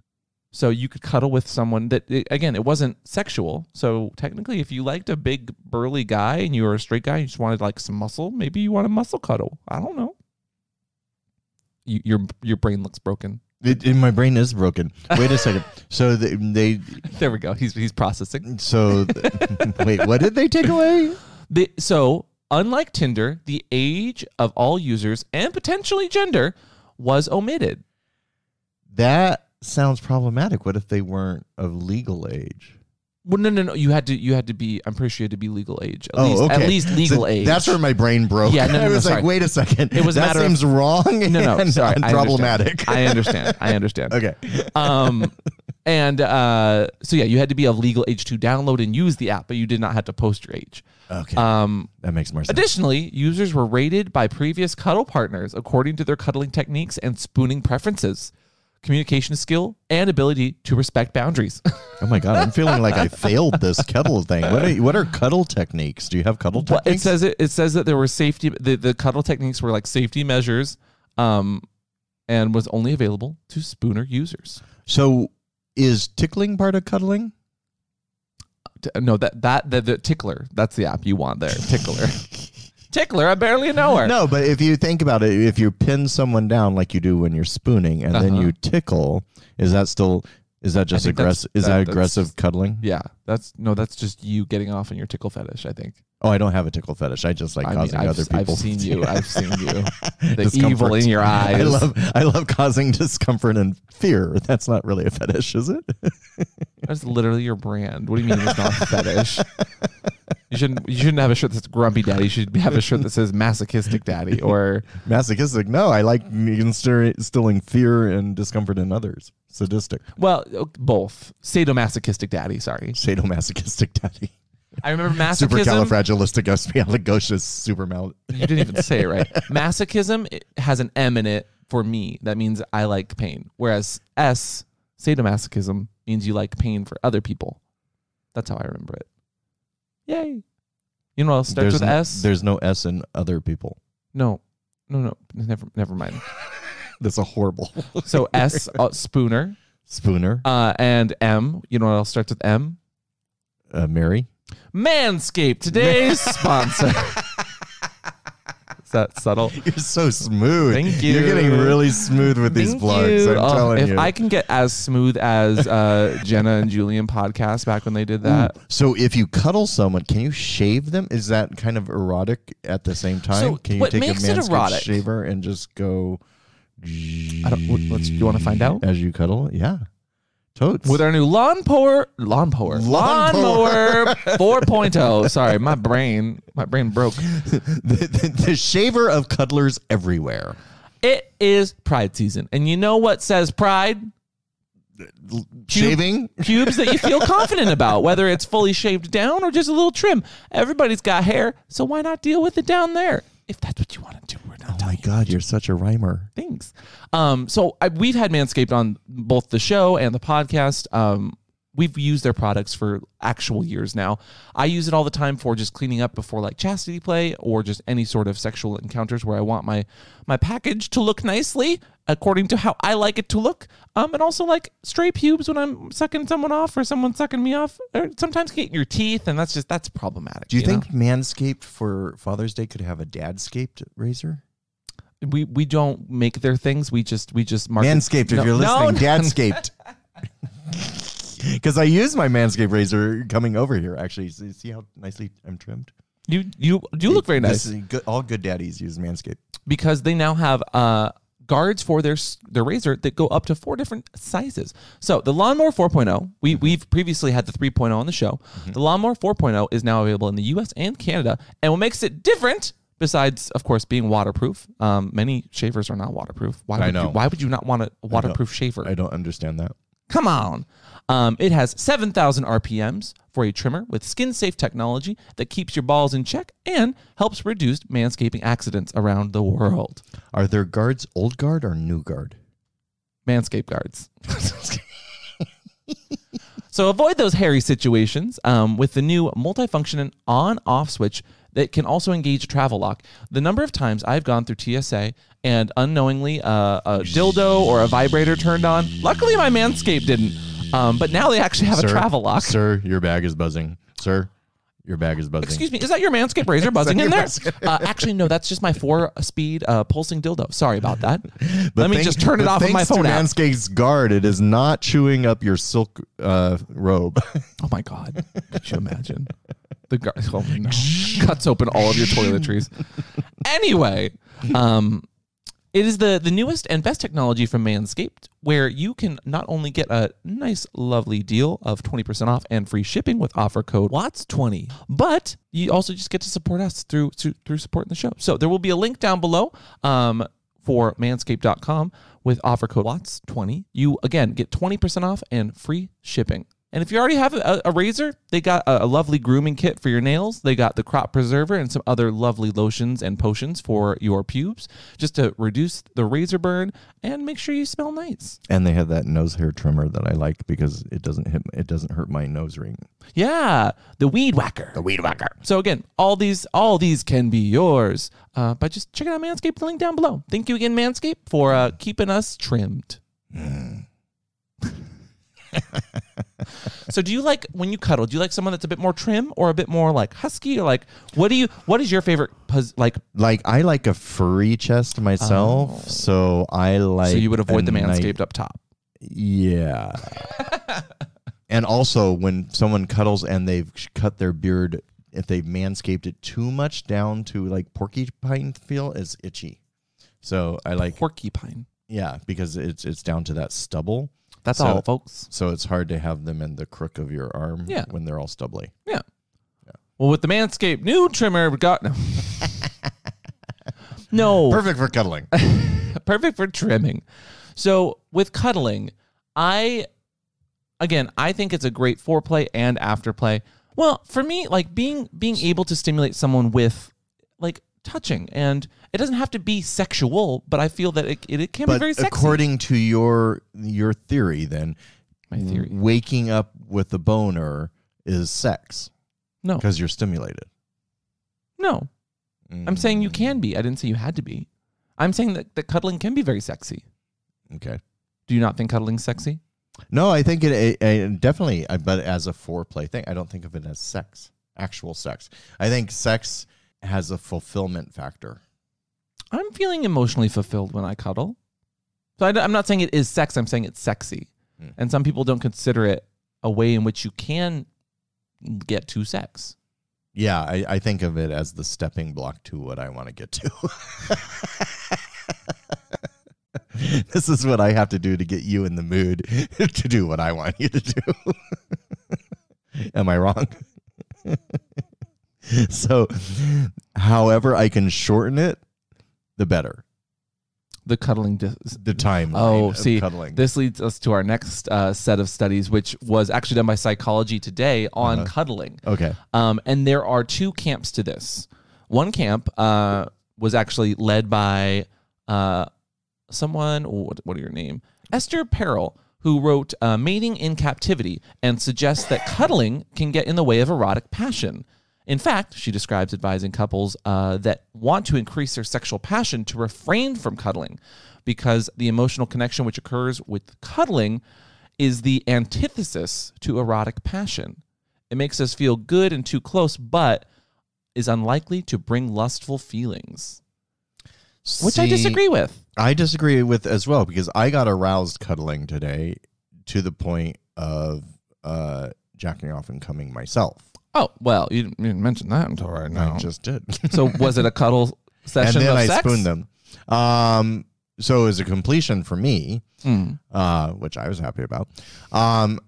so you could cuddle with someone that it- again it wasn't sexual. So technically, if you liked a big burly guy and you were a straight guy, and you just wanted like some muscle. Maybe you want a muscle cuddle. I don't know. You, your your brain looks broken. <laughs>
It, it- my brain is broken. Wait a second. So they, they
There we go. He's he's processing.
so th- <laughs> wait, what did they take away?
The, so, unlike Tinder, the age of all users and potentially gender was omitted.
That sounds problematic. What if they weren't of legal age?
Well, no, no, no. You had to, you had to be. I'm pretty sure you had to be legal age. At least, at least
Oh, So
legal age.
That's where my brain broke.
Yeah, no, no,
<laughs> I
no,
was
sorry.
like, wait a second.
It was a
that
matter of-
seems wrong.
no, no.
and
Sorry, I understand.
problematic.
I understand. I understand.
<laughs> okay.
Um, and uh, so yeah, you had to be of legal age to download and use the app, but you did not have to post your age.
Okay.
Um,
that makes more sense.
Additionally, users were rated by previous cuddle partners according to their cuddling techniques and spooning preferences, communication skill, and ability to respect boundaries.
Oh my god, I'm feeling like I failed this cuddle thing. What are, what are cuddle techniques? Do you have cuddle
Well, it
techniques?
says it, it says that there were safety the, the cuddle techniques were like safety measures um and was only available to spooner users.
so is tickling part of cuddling?
T- uh, No, that that the, the tickler, that's the app you want there,
<laughs>
tickler. tickler, I barely know her.
No, but if you think about it, if you pin someone down like you do when you're spooning and then
Uh-huh.
you tickle, is that still is that just
think that's-
aggressive? Is
that-
that,
that's-
aggressive cuddling?
Yeah, that's no, that's just you getting off in your tickle fetish, I think.
Oh, I don't have a tickle fetish. I just like
I mean,
causing
I've-
other people.
I've
<laughs>
seen you. I've seen you. the
discomfort.
evil in your eyes.
I love I love causing discomfort and fear. <laughs> That's not really a fetish, is it? <laughs>
That's literally your brand. What do you mean it's not a fetish? You shouldn't. You shouldn't have a shirt that's grumpy daddy. You should have a shirt that says masochistic daddy. Or
Masochistic? No, I like instir- instilling fear and discomfort in others. Sadistic,
well, uh, both sadomasochistic daddy. Sorry,
sadomasochistic daddy.
I remember masochism.
Supercalifragilisticexpialidocious supermal.
You didn't even say it <laughs> right. Masochism it has an M in it for me. That means I like pain. Whereas S sadomasochism means you like pain for other people. That's how I remember it. Yay! You know what else starts
There's
with
no,
S?
There's no S in other people. <laughs>
No, no, no. Never, never <laughs> mind.
That's a horrible <laughs>
So S uh, Spooner
spooner.
uh, and M. You know what else starts with M?
Uh, Mary.
Manscaped, <laughs> today's sponsor. Is that subtle?
You're so smooth.
Thank
You're getting
you.
really smooth with these
Thank
plugs.
you.
I'm
Oh,
telling
if
you.
I can get as smooth as uh, <laughs> Jenna and Julian podcast back when they did that.
so if you cuddle someone, can you shave them? Is that kind of erotic at the same time?
So
can you
what
take
makes
a
it
Manscaped
erotic?
shaver and just go
I don't, w- let's. You want to find out?
as you cuddle? Yeah. Totes.
With our new lawn power, lawn power,
Lawn
lawnmower
<laughs>
4.0. Sorry, my brain, my brain broke.
<laughs> the, the, the shaver of cuddlers everywhere.
It is Pride season, and you know what says Pride?
Shaving?
pubes that you feel confident about, whether it's fully shaved down or just a little trim. Everybody's got hair, so why not deal with it down there? If that's what you want to do, we're not
Oh my God, you're such a rhymer.
Thanks. Um, so I, we've had Manscaped on both the show and the podcast. Um, we've used their products for actual years now. I use it all the time for just cleaning up before like chastity play or just any sort of sexual encounters where I want my my package to look nicely according to how I like it to look. Um, and also like stray pubes when I'm sucking someone off or someone sucking me off. Or sometimes getting your teeth, and that's just that's problematic.
Do you,
know?
think Manscaped for Father's Day could have a dadscaped razor?
we we don't make their things? We just we just market
Manscaped, if
No-
you're
no,
listening,
no. <laughs>
dadscaped. Because I use my Manscaped razor coming over here. Actually, see see how nicely I'm trimmed.
You you do look very nice
This is good, all good daddies use Manscaped.
because they now have uh, guards for their s- their razor that go up to four different sizes. So the lawnmower 4.0, we
Mm-hmm.
we've previously had the 3.0 on the show. The lawnmower 4.0 is now available in the U.S. and Canada, and what makes it different. Besides, of course, being waterproof, um, many shavers are not waterproof. Why
I
would
know.
You, why would you not want a waterproof shaver?
I don't understand that.
Come on. Um, it has 7,000 RPMs for a trimmer with skin safe technology that keeps your balls in check and helps reduce manscaping accidents around the world.
Are there guards old guard or new guard?
Manscaped guards. <laughs> so avoid those hairy situations um, with the new multifunction on off switch that can also engage a travel lock. The number of times I've gone through TSA and unknowingly uh, a dildo or a vibrator turned on. Luckily, my Manscaped didn't. Um, but now they actually have a travel lock.
Sir, your bag is buzzing. Sir, your bag is buzzing.
Excuse me, is that your Manscaped razor buzzing
your
in there?
Manscaped-
Uh, actually, no, that's just my four-speed uh, pulsing dildo. Sorry about that.
But
Let me
thank-
just turn it
but
off of my
thanks to
phone app.
Manscaped's guard, it is not chewing up your silk uh, robe. <laughs>
Oh my god! Could you imagine? The guy oh no. cuts open all of your toiletries. Anyway, um, it is the the newest and best technology from Manscaped, where you can not only get a nice, lovely deal of twenty percent off and free shipping with offer code Watts twenty, but you also just get to support us through through, through supporting the show. So there will be a link down below. Um, for manscaped.com with offer code WATS20. You again get 20% off and free shipping. And if you already have a, a razor, they got a, a lovely grooming kit for your nails. They got the crop preserver and some other lovely lotions and potions for your pubes just to reduce the razor burn and make sure you smell nice.
and they have that nose hair trimmer that I like because it doesn't hit, it doesn't hurt my nose ring.
Yeah, the weed whacker. The weed whacker. So again, all these all these can be yours. Uh, but just check out Manscaped, the link down below. Thank you again, Manscaped, for uh, keeping us trimmed. Hmm. <laughs> so do you like when you cuddle, do you like someone that's a bit more trim or a bit more like husky or like what do you what is your favorite pos- like
Like I like a furry chest myself, so I like.
Oh. so you would avoid
a
the
nice-
manscaped up top? <laughs>
Yeah. and also, when someone cuddles and they've sh- cut their beard, if they've manscaped it too much down to like porcupine feel, it's itchy. So I like,
Porcupine.
yeah, because it's it's down to that stubble.
That's
So-
all folks.
So it's hard to have them in the crook of your arm
Yeah.
when they're all stubbly.
Yeah. Well, with the Manscaped new trimmer, we got <laughs> no. no, perfect.
Perfect for cuddling.
for trimming. So with cuddling, I again, I think it's a great foreplay and afterplay. Well, for me, like being being able to stimulate someone with like touching, and it doesn't have to be sexual, but I feel that it it, it can be
but
very sexy.
according to your your theory, then
My theory,
waking up with a boner is sex
no,
because you're stimulated. Mm.
no. I'm saying you can be. I didn't say you had to be. I'm saying that, that cuddling can be very sexy.
Okay.
Do you not think cuddling's sexy?
No, I think it, it, it definitely, I- but as a foreplay thing, I don't think of it as sex, actual sex. I think sex has a fulfillment factor.
I'm feeling emotionally fulfilled when I cuddle. So I, am not saying it is sex. I'm saying it's sexy.
Mm.
And some people don't consider it a way in which you can get to sex.
Yeah, I, I think of it as the stepping block to what I want to get to. <laughs> this is what I have to do to get you in the mood <laughs> to do what I want you to do. <laughs> Am I wrong? <laughs> so, however, I can shorten it, the better.
The cuddling. Dis-
The time.
oh, see,
cuddling.
this leads us to our next uh, set of studies, which was actually done by Psychology Today on
Uh-huh.
cuddling.
okay.
Um, and there are two camps to this. One camp, uh, was actually led by uh, someone. What, what are your name? Esther Perel, who wrote uh, "Mating in Captivity" and suggests that cuddling can get in the way of erotic passion. In fact, she describes advising couples uh, that want to increase their sexual passion to refrain from cuddling because the emotional connection which occurs with cuddling is the antithesis to erotic passion. It makes us feel good and too close, but is unlikely to bring lustful feelings, which I
See,
disagree with.
I disagree with as well because I got aroused cuddling today to the point of uh, jacking off and coming myself.
Oh, well, you didn't, you didn't mention that until right now.
I just did.
<laughs> so, was it a cuddle
and
session
then
of
I
sex?
spooned them. Um, so it was a completion for me,
Mm.
uh, which I was happy about. Um,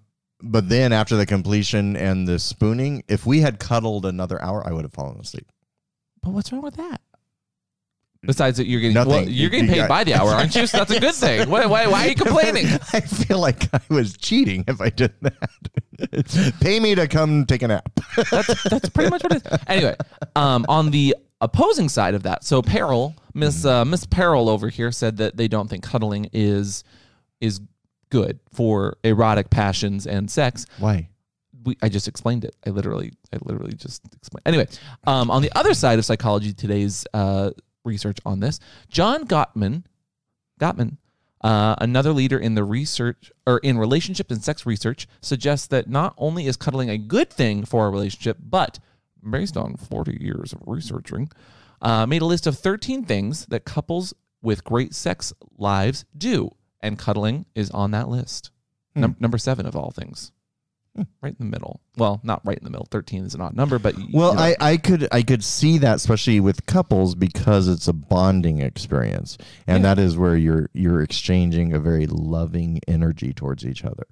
but then after the completion and the spooning, if we had cuddled another hour, I would have fallen asleep.
But what's wrong with that? Besides that, you're getting
Nothing.
well, you're getting
You
paid
got-
by the hour, aren't you? So that's a good thing. Why, why, why are you complaining?
<laughs> I feel like I was cheating if I did that. <laughs> Pay me to come take a nap.
that's that's pretty much what it is. Anyway, um, on the opposing side of that, so Peril, Miss uh, Miss Peril over here said that they don't think cuddling is is good for erotic passions and sex.
Why?
We, I just explained it. I literally, I literally just explained. Anyway, um, on the other side of psychology today's uh, research on this, John Gottman, Gottman, uh, another leader in the research or in relationship and sex research, suggests that not only is cuddling a good thing for a relationship, but based on 40 years of researching, uh, made a list of 13 things that couples with great sex lives do, and cuddling is on that list.
Hmm.
Num- number seven of all things. Right in the middle. Well, not right in the middle. Thirteen is an odd number, but y-
Well,
you know.
I, I could I could see that especially with couples because it's a bonding experience, and that is where you're you're exchanging a very loving energy towards each other.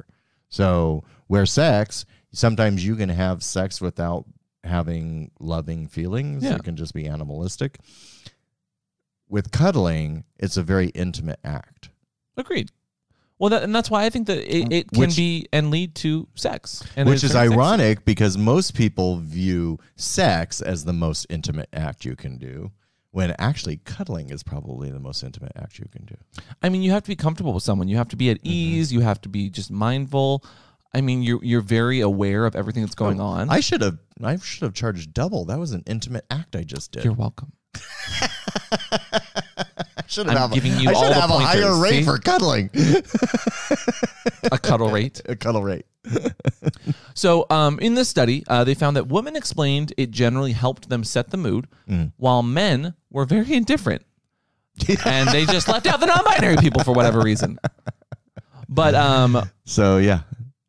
So where sex, sometimes you can have sex without having loving feelings.
Yeah.
It can just be animalistic. With cuddling, it's a very intimate act.
Agreed. Well, that, and that's why I think that it, it can
Which-
be and lead to sex, and
Which is
very sexy.
ironic because most people view sex as the most intimate act you can do, when actually cuddling is probably the most intimate act you can do.
I mean, you have to be comfortable with someone. You have to be at
Mm-hmm.
ease. You have to be just mindful. I mean, you're you're very aware of everything that's going on.
Oh, I <laughs> should have I should have charged double. That was an intimate act I just did.
you're welcome.
I should
I'm
have-
giving you
I should
all the
have a higher
pointers,
rate
see?
for cuddling. <laughs>
A cuddle rate.
a cuddle rate.
So, um, in this study, uh, they found that women explained it generally helped them set the mood,
Mm.
while men were very
<laughs>
indifferent, and they just left out the non-binary people for whatever reason. But um,
So yeah,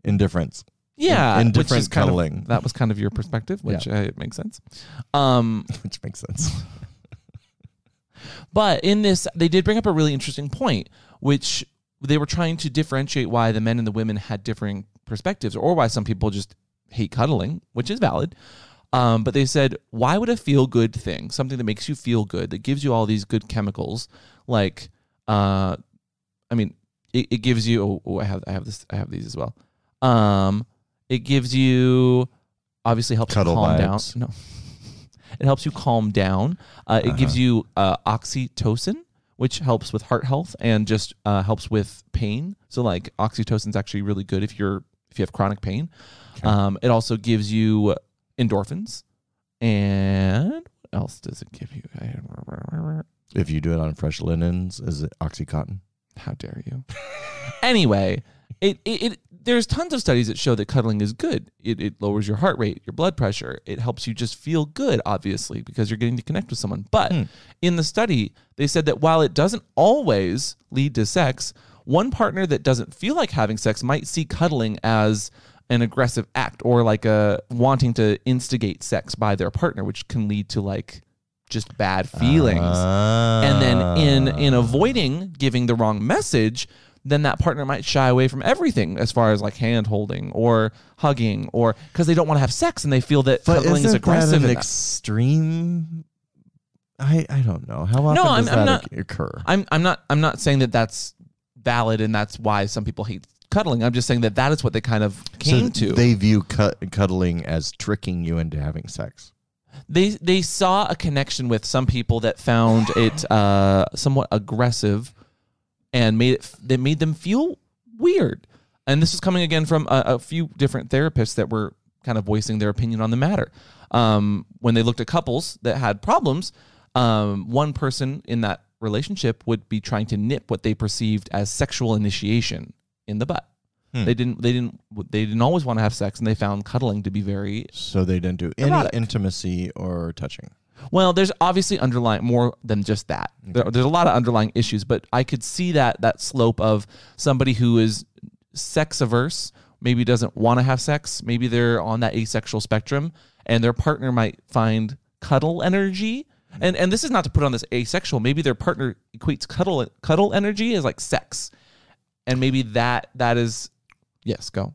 indifference. <laughs>
yeah, which
In-
is
indifferent
kind of-
cuddling.
that was kind of your perspective, which uh, it makes sense. Um,
which makes sense.
But in this, they did bring up a really interesting point, which they were trying to differentiate why the men and the women had differing perspectives, or why some people just hate cuddling, which is valid. Um, but they said, why would a feel good thing, something that makes you feel good, that gives you all these good chemicals, like, uh, I mean, it, it gives you. Oh, oh, I have, I have this, I have these as well. Um, it gives you, obviously, helps
Cuddle
you calm
vibes.
down. No, <laughs> it helps you calm down. Uh, it
Uh-huh.
gives you uh, oxytocin, which helps with heart health and just uh, helps with pain. So like oxytocin's actually really good if you're if you have chronic pain. Um, it also gives you endorphins, and what else does it give you? I-
If you do it on fresh linens, is it oxycontin?
How dare you? anyway, it, it, it there's tons of studies that show that cuddling is good. It, it lowers your heart rate, your blood pressure. It helps you just feel good, obviously, because you're getting to connect with someone. But in the study, they said that while it doesn't always lead to sex, one partner that doesn't feel like having sex might see cuddling as an aggressive act or like a wanting to instigate sex by their partner, which can lead to like just bad feelings and then in
Oh.
in avoiding giving the wrong message then that partner might shy away from everything as far as like hand holding or hugging or because they don't want to have sex and they feel that
But
cuddling
isn't
is aggressive
that
in
an
that.
extreme? I I don't know how often
I'm-
does
I'm
that
not-
oc- occur.
I'm I'm not I'm not saying that that's valid and that's why some people hate cuddling I'm just saying that that is what they kind of came
so
to
they view cut, cuddling as tricking you into having sex.
they they saw a connection with some people that found it uh, somewhat aggressive, and made it that made them feel weird. And this was coming again from a, a few different therapists that were kind of voicing their opinion on the matter. Um, when they looked at couples that had problems, um, one person in that relationship would be trying to nip what they perceived as sexual initiation in the butt. They didn't. They didn't. They didn't always want to have sex, and they found cuddling to be very
So they didn't do any
Erotic.
intimacy or touching.
Well, there's obviously underlying more than just that. There, there's a lot of underlying issues, but I could see that that slope of somebody who is sex averse, maybe doesn't want to have sex, maybe they're on that asexual spectrum, and their partner might find cuddle energy. And and this is not to put on this asexual. Maybe their partner equates cuddle cuddle energy as like sex, and maybe that that is yes go.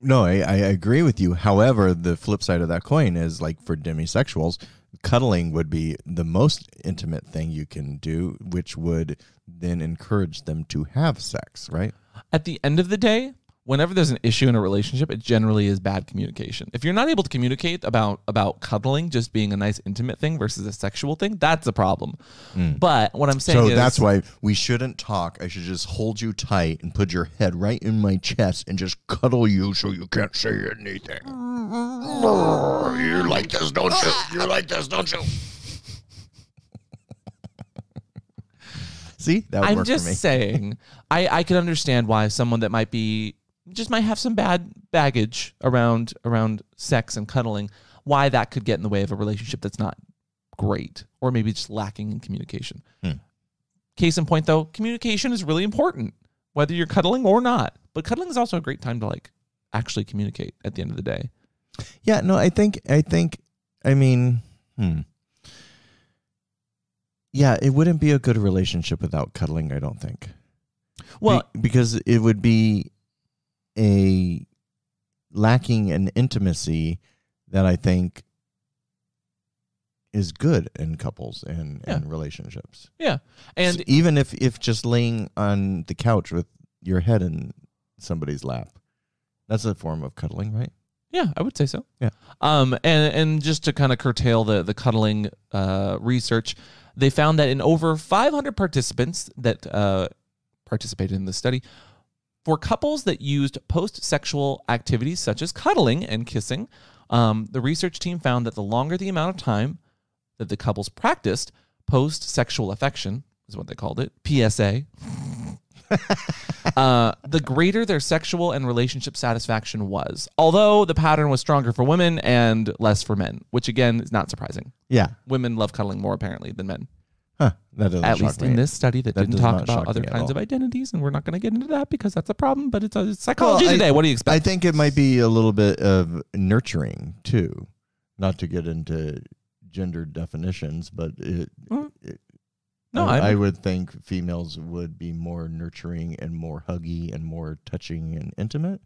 No, I, I agree with you. However, the flip side of that coin is like for demisexuals, cuddling would be the most intimate thing you can do, which would then encourage them to have sex, right?
at the end of the day, whenever there's an issue in a relationship, it generally is bad communication. If you're not able to communicate about about cuddling just being a nice intimate thing versus a sexual thing, that's a problem. But what I'm saying
Mm. So
is
that's why we shouldn't talk. I should just hold you tight and put your head right in my chest and just cuddle you so you can't say <laughs> anything. You like this, don't you? You like this, don't you? See, that would
I'm
work
just
for me. <laughs>
saying I I can understand why someone that might be just might have some bad baggage around around sex and cuddling, why that could get in the way of a relationship that's not great or maybe just lacking in communication.
Hmm.
Case in point, though, communication is really important, whether you're cuddling or not. But cuddling is also a great time to like actually communicate at the end of the day.
Yeah, no, I think I think I mean, hmm. Yeah, it wouldn't be a good relationship without cuddling, I don't think.
Well,
Be- because it would be a lacking an intimacy that I think is good in couples and, and relationships.
yeah,
And
and
even if if just laying on the couch with your head in somebody's lap, that's a form of cuddling, right?
yeah, I would say so.
Yeah.
Um, and and just to kind of curtail the the cuddling uh, research, they found that in over 500 participants that uh, participated in this study, for couples that used post-sexual activities such as cuddling and kissing, um, the research team found that the longer the amount of time that the couples practiced post-sexual affection is what they called it PSA. uh, the greater their sexual and relationship satisfaction was, although the pattern was stronger for women and less for men, which again is not surprising
Yeah.
women love cuddling more apparently than men.
Huh. That doesn't
At
shock
least
me.
in this study that,
That
didn't
does
talk
not
about
shock
other
me at
kinds
all.
of identities, and we're not going to get into that because that's a problem. But it's, it's psychology
Well, I-
today. What do you expect?
I think it might be a little bit of nurturing too, not to get into gender definitions, but it,
Mm.
it-
No,
I,
I'm-
I would think females would be more nurturing and more huggy and more touching and intimate.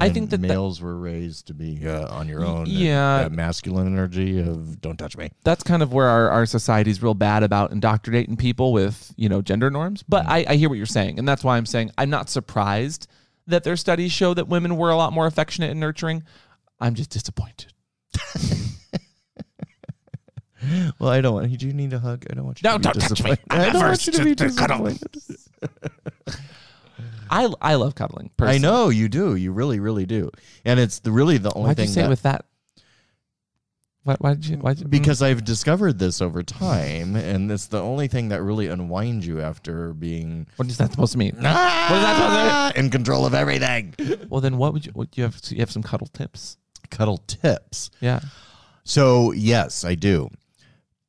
I think
and
that the-
males were raised to be uh, on your
Y-
own. and
yeah.
that masculine energy of don't touch me.
that's kind of where our, our society's real bad about indoctrinating people with you know gender norms.
Mm-hmm.
But I, I hear what you're saying, and that's why I'm saying I'm not surprised that their studies show that women were a lot more affectionate and nurturing. I'm just disappointed.
Well, I don't want. Do you need a hug? I don't want you.
No,
to be
don't touch me.
disappointed. I don't want you to be disappointed.
I I love cuddling. Personally.
I know you do. You really, really do. And it's the, really the only
Why'd
thing
you say
that
with that? Why, why did you? Why did,
<laughs> because I've discovered this over time, and it's the only thing that really unwinds you after being
what is that supposed to mean?
ah, <laughs> in control of everything.
Well, then what would you? What, you have you have some cuddle tips?
Cuddle tips.
Yeah.
So yes, I do.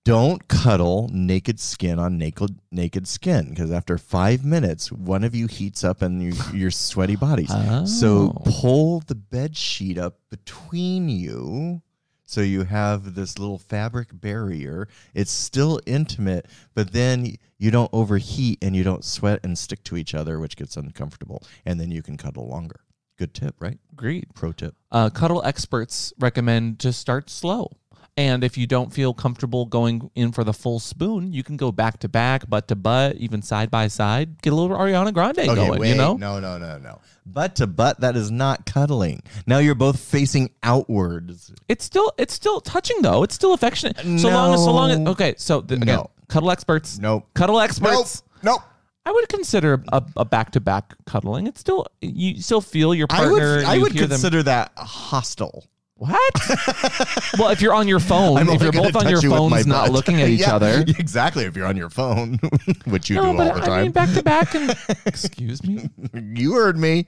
Don't cuddle naked skin on naked naked skin because after five minutes, one of you heats up and you, your sweaty bodies. So
Oh.
pull the bed sheet up between you, so you have this little fabric barrier. It's still intimate, but then you don't overheat and you don't sweat and stick to each other, which gets uncomfortable. And then you can cuddle longer. Good tip, right?
Agreed.
Pro tip.
Uh, cuddle experts recommend to start slow And if you don't feel comfortable going in for the full spoon, you can go back to back, butt to butt, even side by side. Get a little Ariana Grande going, you know?
No, no, no, no. Butt to butt, that is not cuddling. Now you're both facing outwards.
It's still it's still touching though. It's still affectionate. So long as so long as
No.
okay, so the, again,
No.
cuddle experts.
Nope.
Cuddle experts.
Nope.
I would consider a a back to back cuddling. It's still you still feel your
I would,
partner.
I
you
would
hear them-
consider that hostile.
What?
<laughs>
well, if you're on your phone,
I'm
if
only
you're
gonna
both on
touch
your
you with my
phones, not
butt.
looking
<laughs>
at each
Yeah,
other.
Exactly. If you're on your phone, <laughs> which you
No,
do all
but
the
I
time.
mean back to back
<laughs>
and excuse me,
you heard me.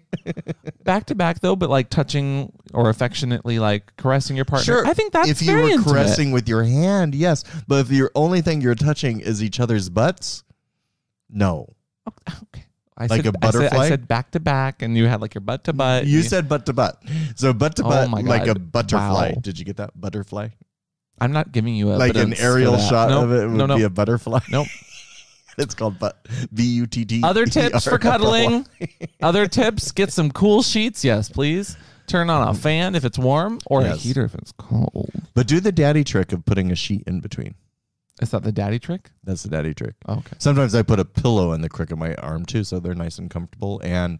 back to back though, but like touching or affectionately like caressing your partner. I think that's
if you
very
were
intimate.
caressing with your hand, yes. But if your only thing you're touching is each other's butts, no.
Oh, <laughs> Okay. I said,
Like
I
a
said- I
butterfly?
said back to back, and you had like your butt to butt.
you
and
said butt to butt, so butt to
Oh
butt,
my
like a
God.
butterfly.
Wow.
Did you get that butterfly?
I'm not giving you a
like an aerial shot of it would
no, no.
be a butterfly.
Nope.
<laughs> it's called but B U T E
<laughs>
T. <laughs>
Other tips for cuddling. Other tips: get some cool sheets. Yes, please. Turn on a fan if it's warm, or a
Mm. Yes.
heater if it's cold.
But do the daddy trick of putting a sheet in between.
Is that the daddy trick? Oh,
That's the daddy trick.
Okay.
Sometimes I put a pillow in the crook of my arm too, so they're nice and comfortable. And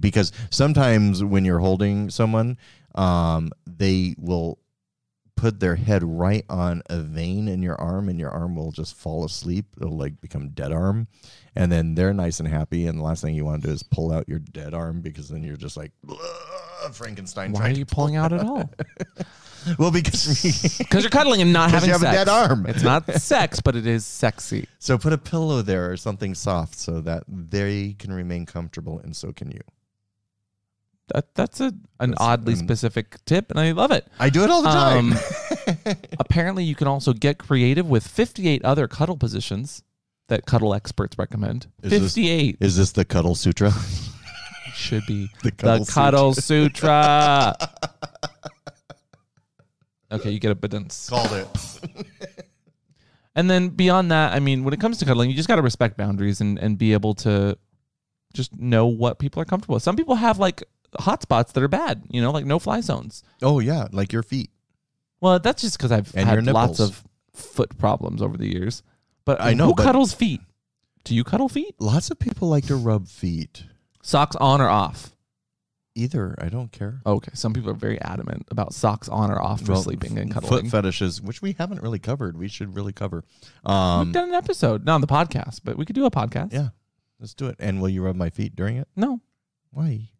because sometimes when you're holding someone, um, they will put their head right on a vein in your arm, and your arm will just fall asleep. It'll like become dead arm, and then they're nice and happy. And the last thing you want to do is pull out your dead arm because then you're just like "Ugh," Frankenstein.
Why are
trying to
you pulling out at
<laughs>
all?
pull- <laughs> Well, because <laughs>
Because you're cuddling and not
'Cause
having
you have a
sex.
dead arm.
It's
<laughs>
not sex, but it is sexy.
so put a pillow there or something soft so that they can remain comfortable, and so can you.
That that's a an
That's-
oddly
um,
specific tip, and I love it.
I do it all the time.
Um,
<laughs>
apparently, you can also get creative with 58 other cuddle positions that cuddle experts recommend.
Is this-
58
Is this the Cuddle Sutra? <laughs>
should be the
The Cuddle
Cuddle
<laughs>
Sutra. okay, you get a badunce.
Called it.
And then beyond that, I mean, when it comes to cuddling, you just got to respect boundaries and, and be able to just know what people are comfortable with. Some people have like hotspots that are bad, you know, like no fly zones.
<laughs> Oh yeah, like your feet.
Well, that's just because I've
And your
had lots
nipples.
of foot problems over the years. But
I know,
who
but-
cuddles feet. Do you cuddle feet?
Lots of people like to rub feet.
Socks on or off?
Either I don't care.
Okay, some people are very adamant about socks on or off for sleeping and
f-
cuddling.
Foot fetishes, which we haven't really covered. We should really cover.
We've
Um,
done an episode, not on the podcast, but we could do a podcast.
yeah, let's do it. And will you rub my feet during it?
No,
Why?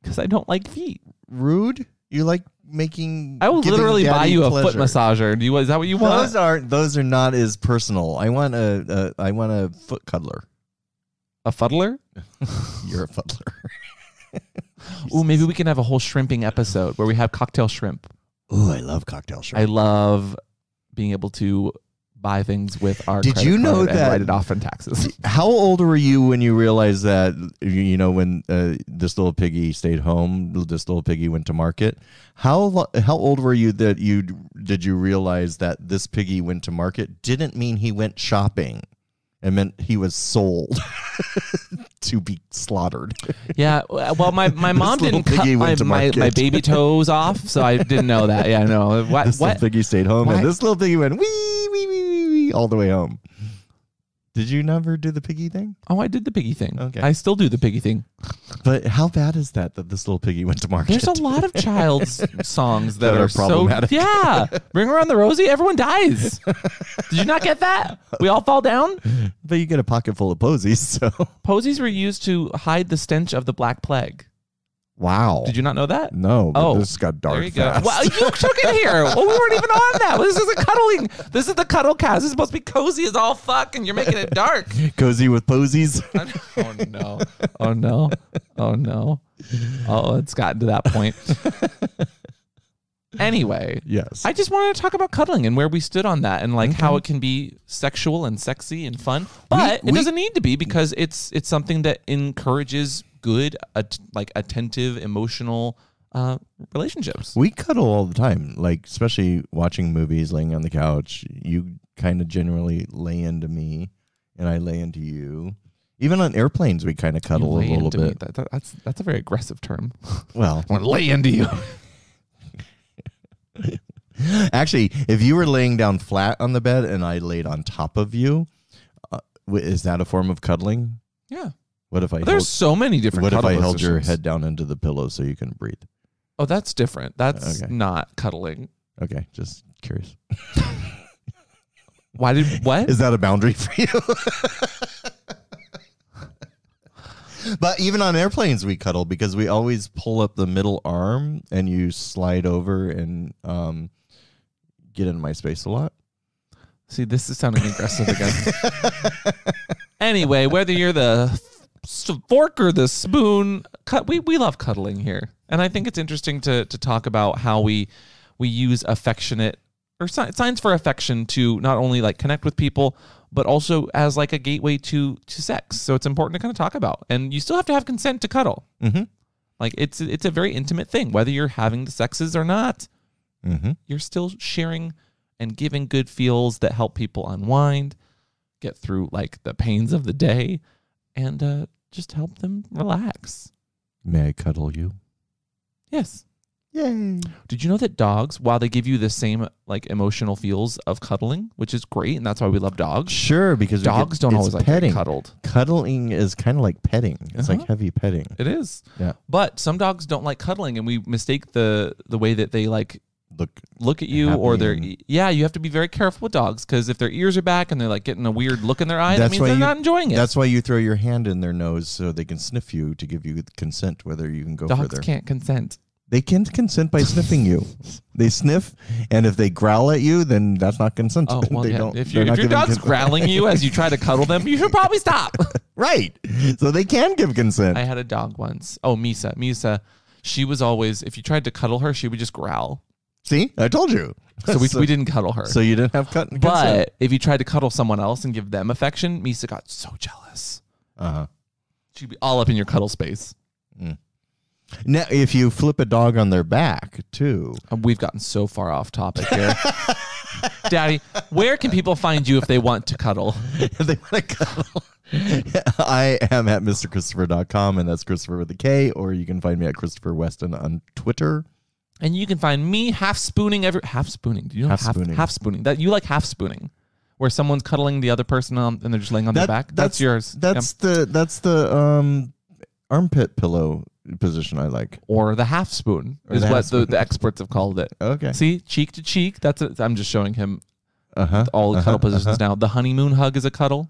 because I don't like feet.
Rude? You like making?
I will
giving
literally buy
daddy
you a foot
pleasure.
massager. Do you? Is that what you want?
Those aren't. Those are not as personal. I want a. a I want a foot cuddler. <laughs>
a fuddler?
You're a fuddler.
Ooh, maybe we can have a whole shrimping episode where we have cocktail shrimp.
Ooh, <laughs> I love cocktail shrimp.
I love being able to buy things with our.
Did
credit
you know
card and
that-
write it off in taxes?
How old were you when you realized that you you know when uh, this little piggy stayed home, this little piggy went to market? How lo- how old were you that you did you realize that this piggy went to market didn't mean he went shopping? It meant he was sold <laughs> to be slaughtered. <laughs>
Yeah. uh, Well, my, my
This
mom
little
didn't cut
piggy
my,
went to
my, my
market. <laughs>
baby toes off, so I didn't know that. Yeah, no. What?
This
what?
little piggy stayed home,
Why-
and this little piggy went wee wee wee wee wee all the way home. Did you never do the piggy thing?
Oh, I did the piggy thing.
Okay.
I still do the piggy
<laughs>
thing.
But how bad is that that this little piggy went to market?
There's a lot of
<laughs>
child's songs that,
That are
so-
problematic.
yeah. Bring around the Rosie. Everyone
<laughs>
dies. Did you not get that? We all fall down.
But you get a pocket full of posies, <laughs> so
Posies were used to hide the stench of the Black Plague.
wow.
Did you not know that?
No, but
Oh,
this got dark
There you
fast.
go. Well, you took it
<laughs>
here. Well, we weren't even on that. This is a cuddling. This is the cuddle cast. This is supposed to be cozy as all fuck, and you're making it dark.
<laughs> Cozy with posies.
<laughs> oh no. Oh no. Oh no. Oh, it's gotten to that point. <laughs> Anyway,
<laughs> yes.
I just wanted to talk about cuddling and where we stood on that and like how it can be sexual and sexy and fun, but
We-
it
we-
doesn't need to be because it's it's something that encourages good at, like attentive emotional uh, relationships.
we cuddle all the time, like especially watching movies, laying on the couch. You kind of generally lay into me, and I lay into you. Even on airplanes, we kind of cuddle a
Lay
little
into me.
bit.
That, that- that's that's a very aggressive term.
Well,
I want to lay into you.
<laughs> Actually, if you were laying down flat on the bed and I laid on top of you, uh, w- is that a form of cuddling?
Yeah.
What if I
There's so many
held,
different.
what if I
cuddle
held your
positions.
head down into the pillow so you can breathe?
Oh, that's different. That's
Okay.
not cuddling.
Okay, just curious.
Why did
<laughs>
what?
Is that a boundary for you? but even on airplanes, we cuddle because we always pull up the middle arm and you slide over and um, get into my space a lot.
See, this is sounding aggressive again. anyway, whether you're the s- fork or the spoon, cut, we, we love cuddling here. And I think it's interesting to, to talk about how we we use affectionate or si- signs for affection to not only like connect with people, but also as like a gateway to to sex. So it's important to kind of talk about. And you still have to have consent to cuddle.
Mhm.
Like it's it's a very intimate thing, whether you're having the sexes or not
Mm-hmm.
you're still sharing and giving good feels that help people unwind, get through like the pains of the day, and uh, just help them relax.
May I cuddle you?
Yes.
Yay.
Did you know that dogs, while they give you the same like emotional feels of cuddling, which is great, and that's why we love dogs,
Sure, because we get-
dogs don't
it's
always like get
petting.
cuddled.
Cuddling is kind of like petting. It's
Uh-huh.
like heavy petting.
It is.
Yeah.
But some dogs don't like cuddling, and we mistake the the way that they like
Look,
look at you or their
Happy.
yeah. You have to be very careful with dogs because if their ears are back and they're like getting a weird look in their eye, that
That's
means
why
they're
you-
not enjoying it.
that's why you throw your hand in their nose so they can sniff you to give you consent whether you can go
dogs
further.
can't
<laughs>
consent.
They can consent by sniffing you. They sniff, and if they growl at you, then that's not consent. <laughs>
Oh well,
they
yeah.
don't.
if,
they're
you, if
not
your
giving
dog's
consent.
growling you as you try to cuddle them, you should probably
<laughs>
stop.
right? So they can give consent.
I had a dog once. Oh, Misa, Misa, she was always if you tried to cuddle her, she would just growl.
See, I told you.
So we, we didn't cuddle her.
So you didn't have cut. consent.
but if you tried to cuddle someone else and give them affection, Misa got so jealous.
Uh-huh.
She'd be all up in your cuddle space.
now, if you flip a dog on their back too, <laughs>
And we've gotten so far off topic here. Daddy, where can people find you if they want to cuddle?
if they want to cuddle. <laughs> I am at mrchristopher.com, and that's Christopher with a K, or you can find me at Christopher Weston on Twitter.
And you can find me half spooning every half spooning. Do you know half, half spooning?
Half-spooning.
That you like half spooning, where someone's cuddling the other person on, and they're just laying on
That-
their back. That's, yours.
That's the that's the um armpit pillow position I like.
Yeah. or the half spoon
Or
is
the
what
half
the,
spoon.
the experts have called it.
Okay.
See, cheek to cheek. That's i I'm just showing him
Uh-huh.
all the
uh-huh,
cuddle positions
uh-huh.
now. The honeymoon hug is a cuddle,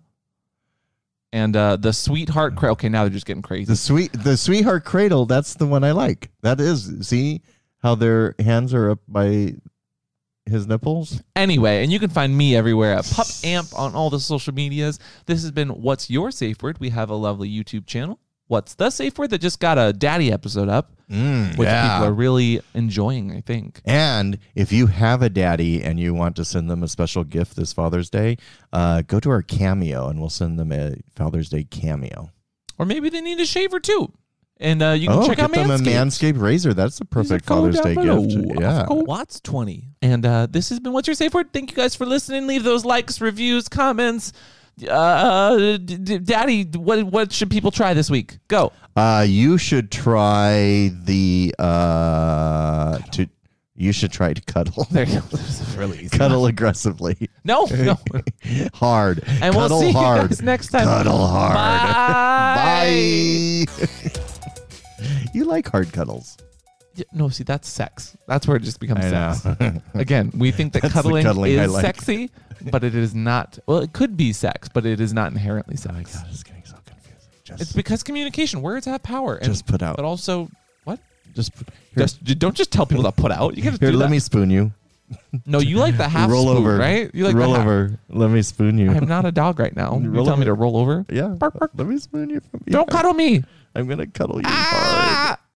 and uh, the sweetheart. Cra- okay, now they're just getting crazy.
The sweet the sweetheart cradle, that's the one I like. That is see how their hands are up by his nipples?
Anyway, and you can find me everywhere at Pup Amp on all the social medias. This has been What's Your Safe Word? We have a lovely YouTube channel. What's the safe word that just got a daddy episode up, which people are really enjoying, I think.
And if you have a daddy and you want to send them a special gift this Father's Day, uh, go to our cameo and we'll send them a Father's Day cameo. Oh,
Or maybe they need a shaver too. And uh, you can check
get
out
them
Manscaped.
a Manscaped razor. That's the
Use the
perfect
code
Father's Day
down below.
gift. Yeah.
Off code Watts twenty. And uh, this has been What's Your Safe Word. Thank you guys for listening. Leave those likes, reviews, comments. Uh, d- d- Daddy, what what should people try this week? Go.
Uh, you should try the uh to you should try to
<laughs>
cuddle.
There you go. really easy.
cuddle aggressively. <laughs>
No, no.
hard.
And
cuddle
we'll see
hard.
you guys next time.
Cuddle hard.
Bye.
Bye. <laughs> you like hard cuddles.
Yeah, No, see, that's sex. That's where it just becomes
I know. <laughs>
sex. <laughs> Again, we think that
That's the
cuddling,
cuddling I
is
like.
sexy, but it is not. Well, it could be sex, but it is not inherently
Oh my
sex.
god, it's getting so confusing. Just
it's because communication, words have power. And,
just put out.
But also, what?
Just put, here,
Just j- don't just tell people to put out. You gotta
here
do
let
that.
me spoon you.
no, you like the half
roll
spoon,
over,
right? You like
roll
the half-
over. Let me spoon you.
I am not a dog right
<laughs>
now. You
Roll
telling me to
over.
roll over?
yeah.
Bark, bark.
Let me spoon you. From
Don't cuddle me.
I'm gonna cuddle you hard.
Ah!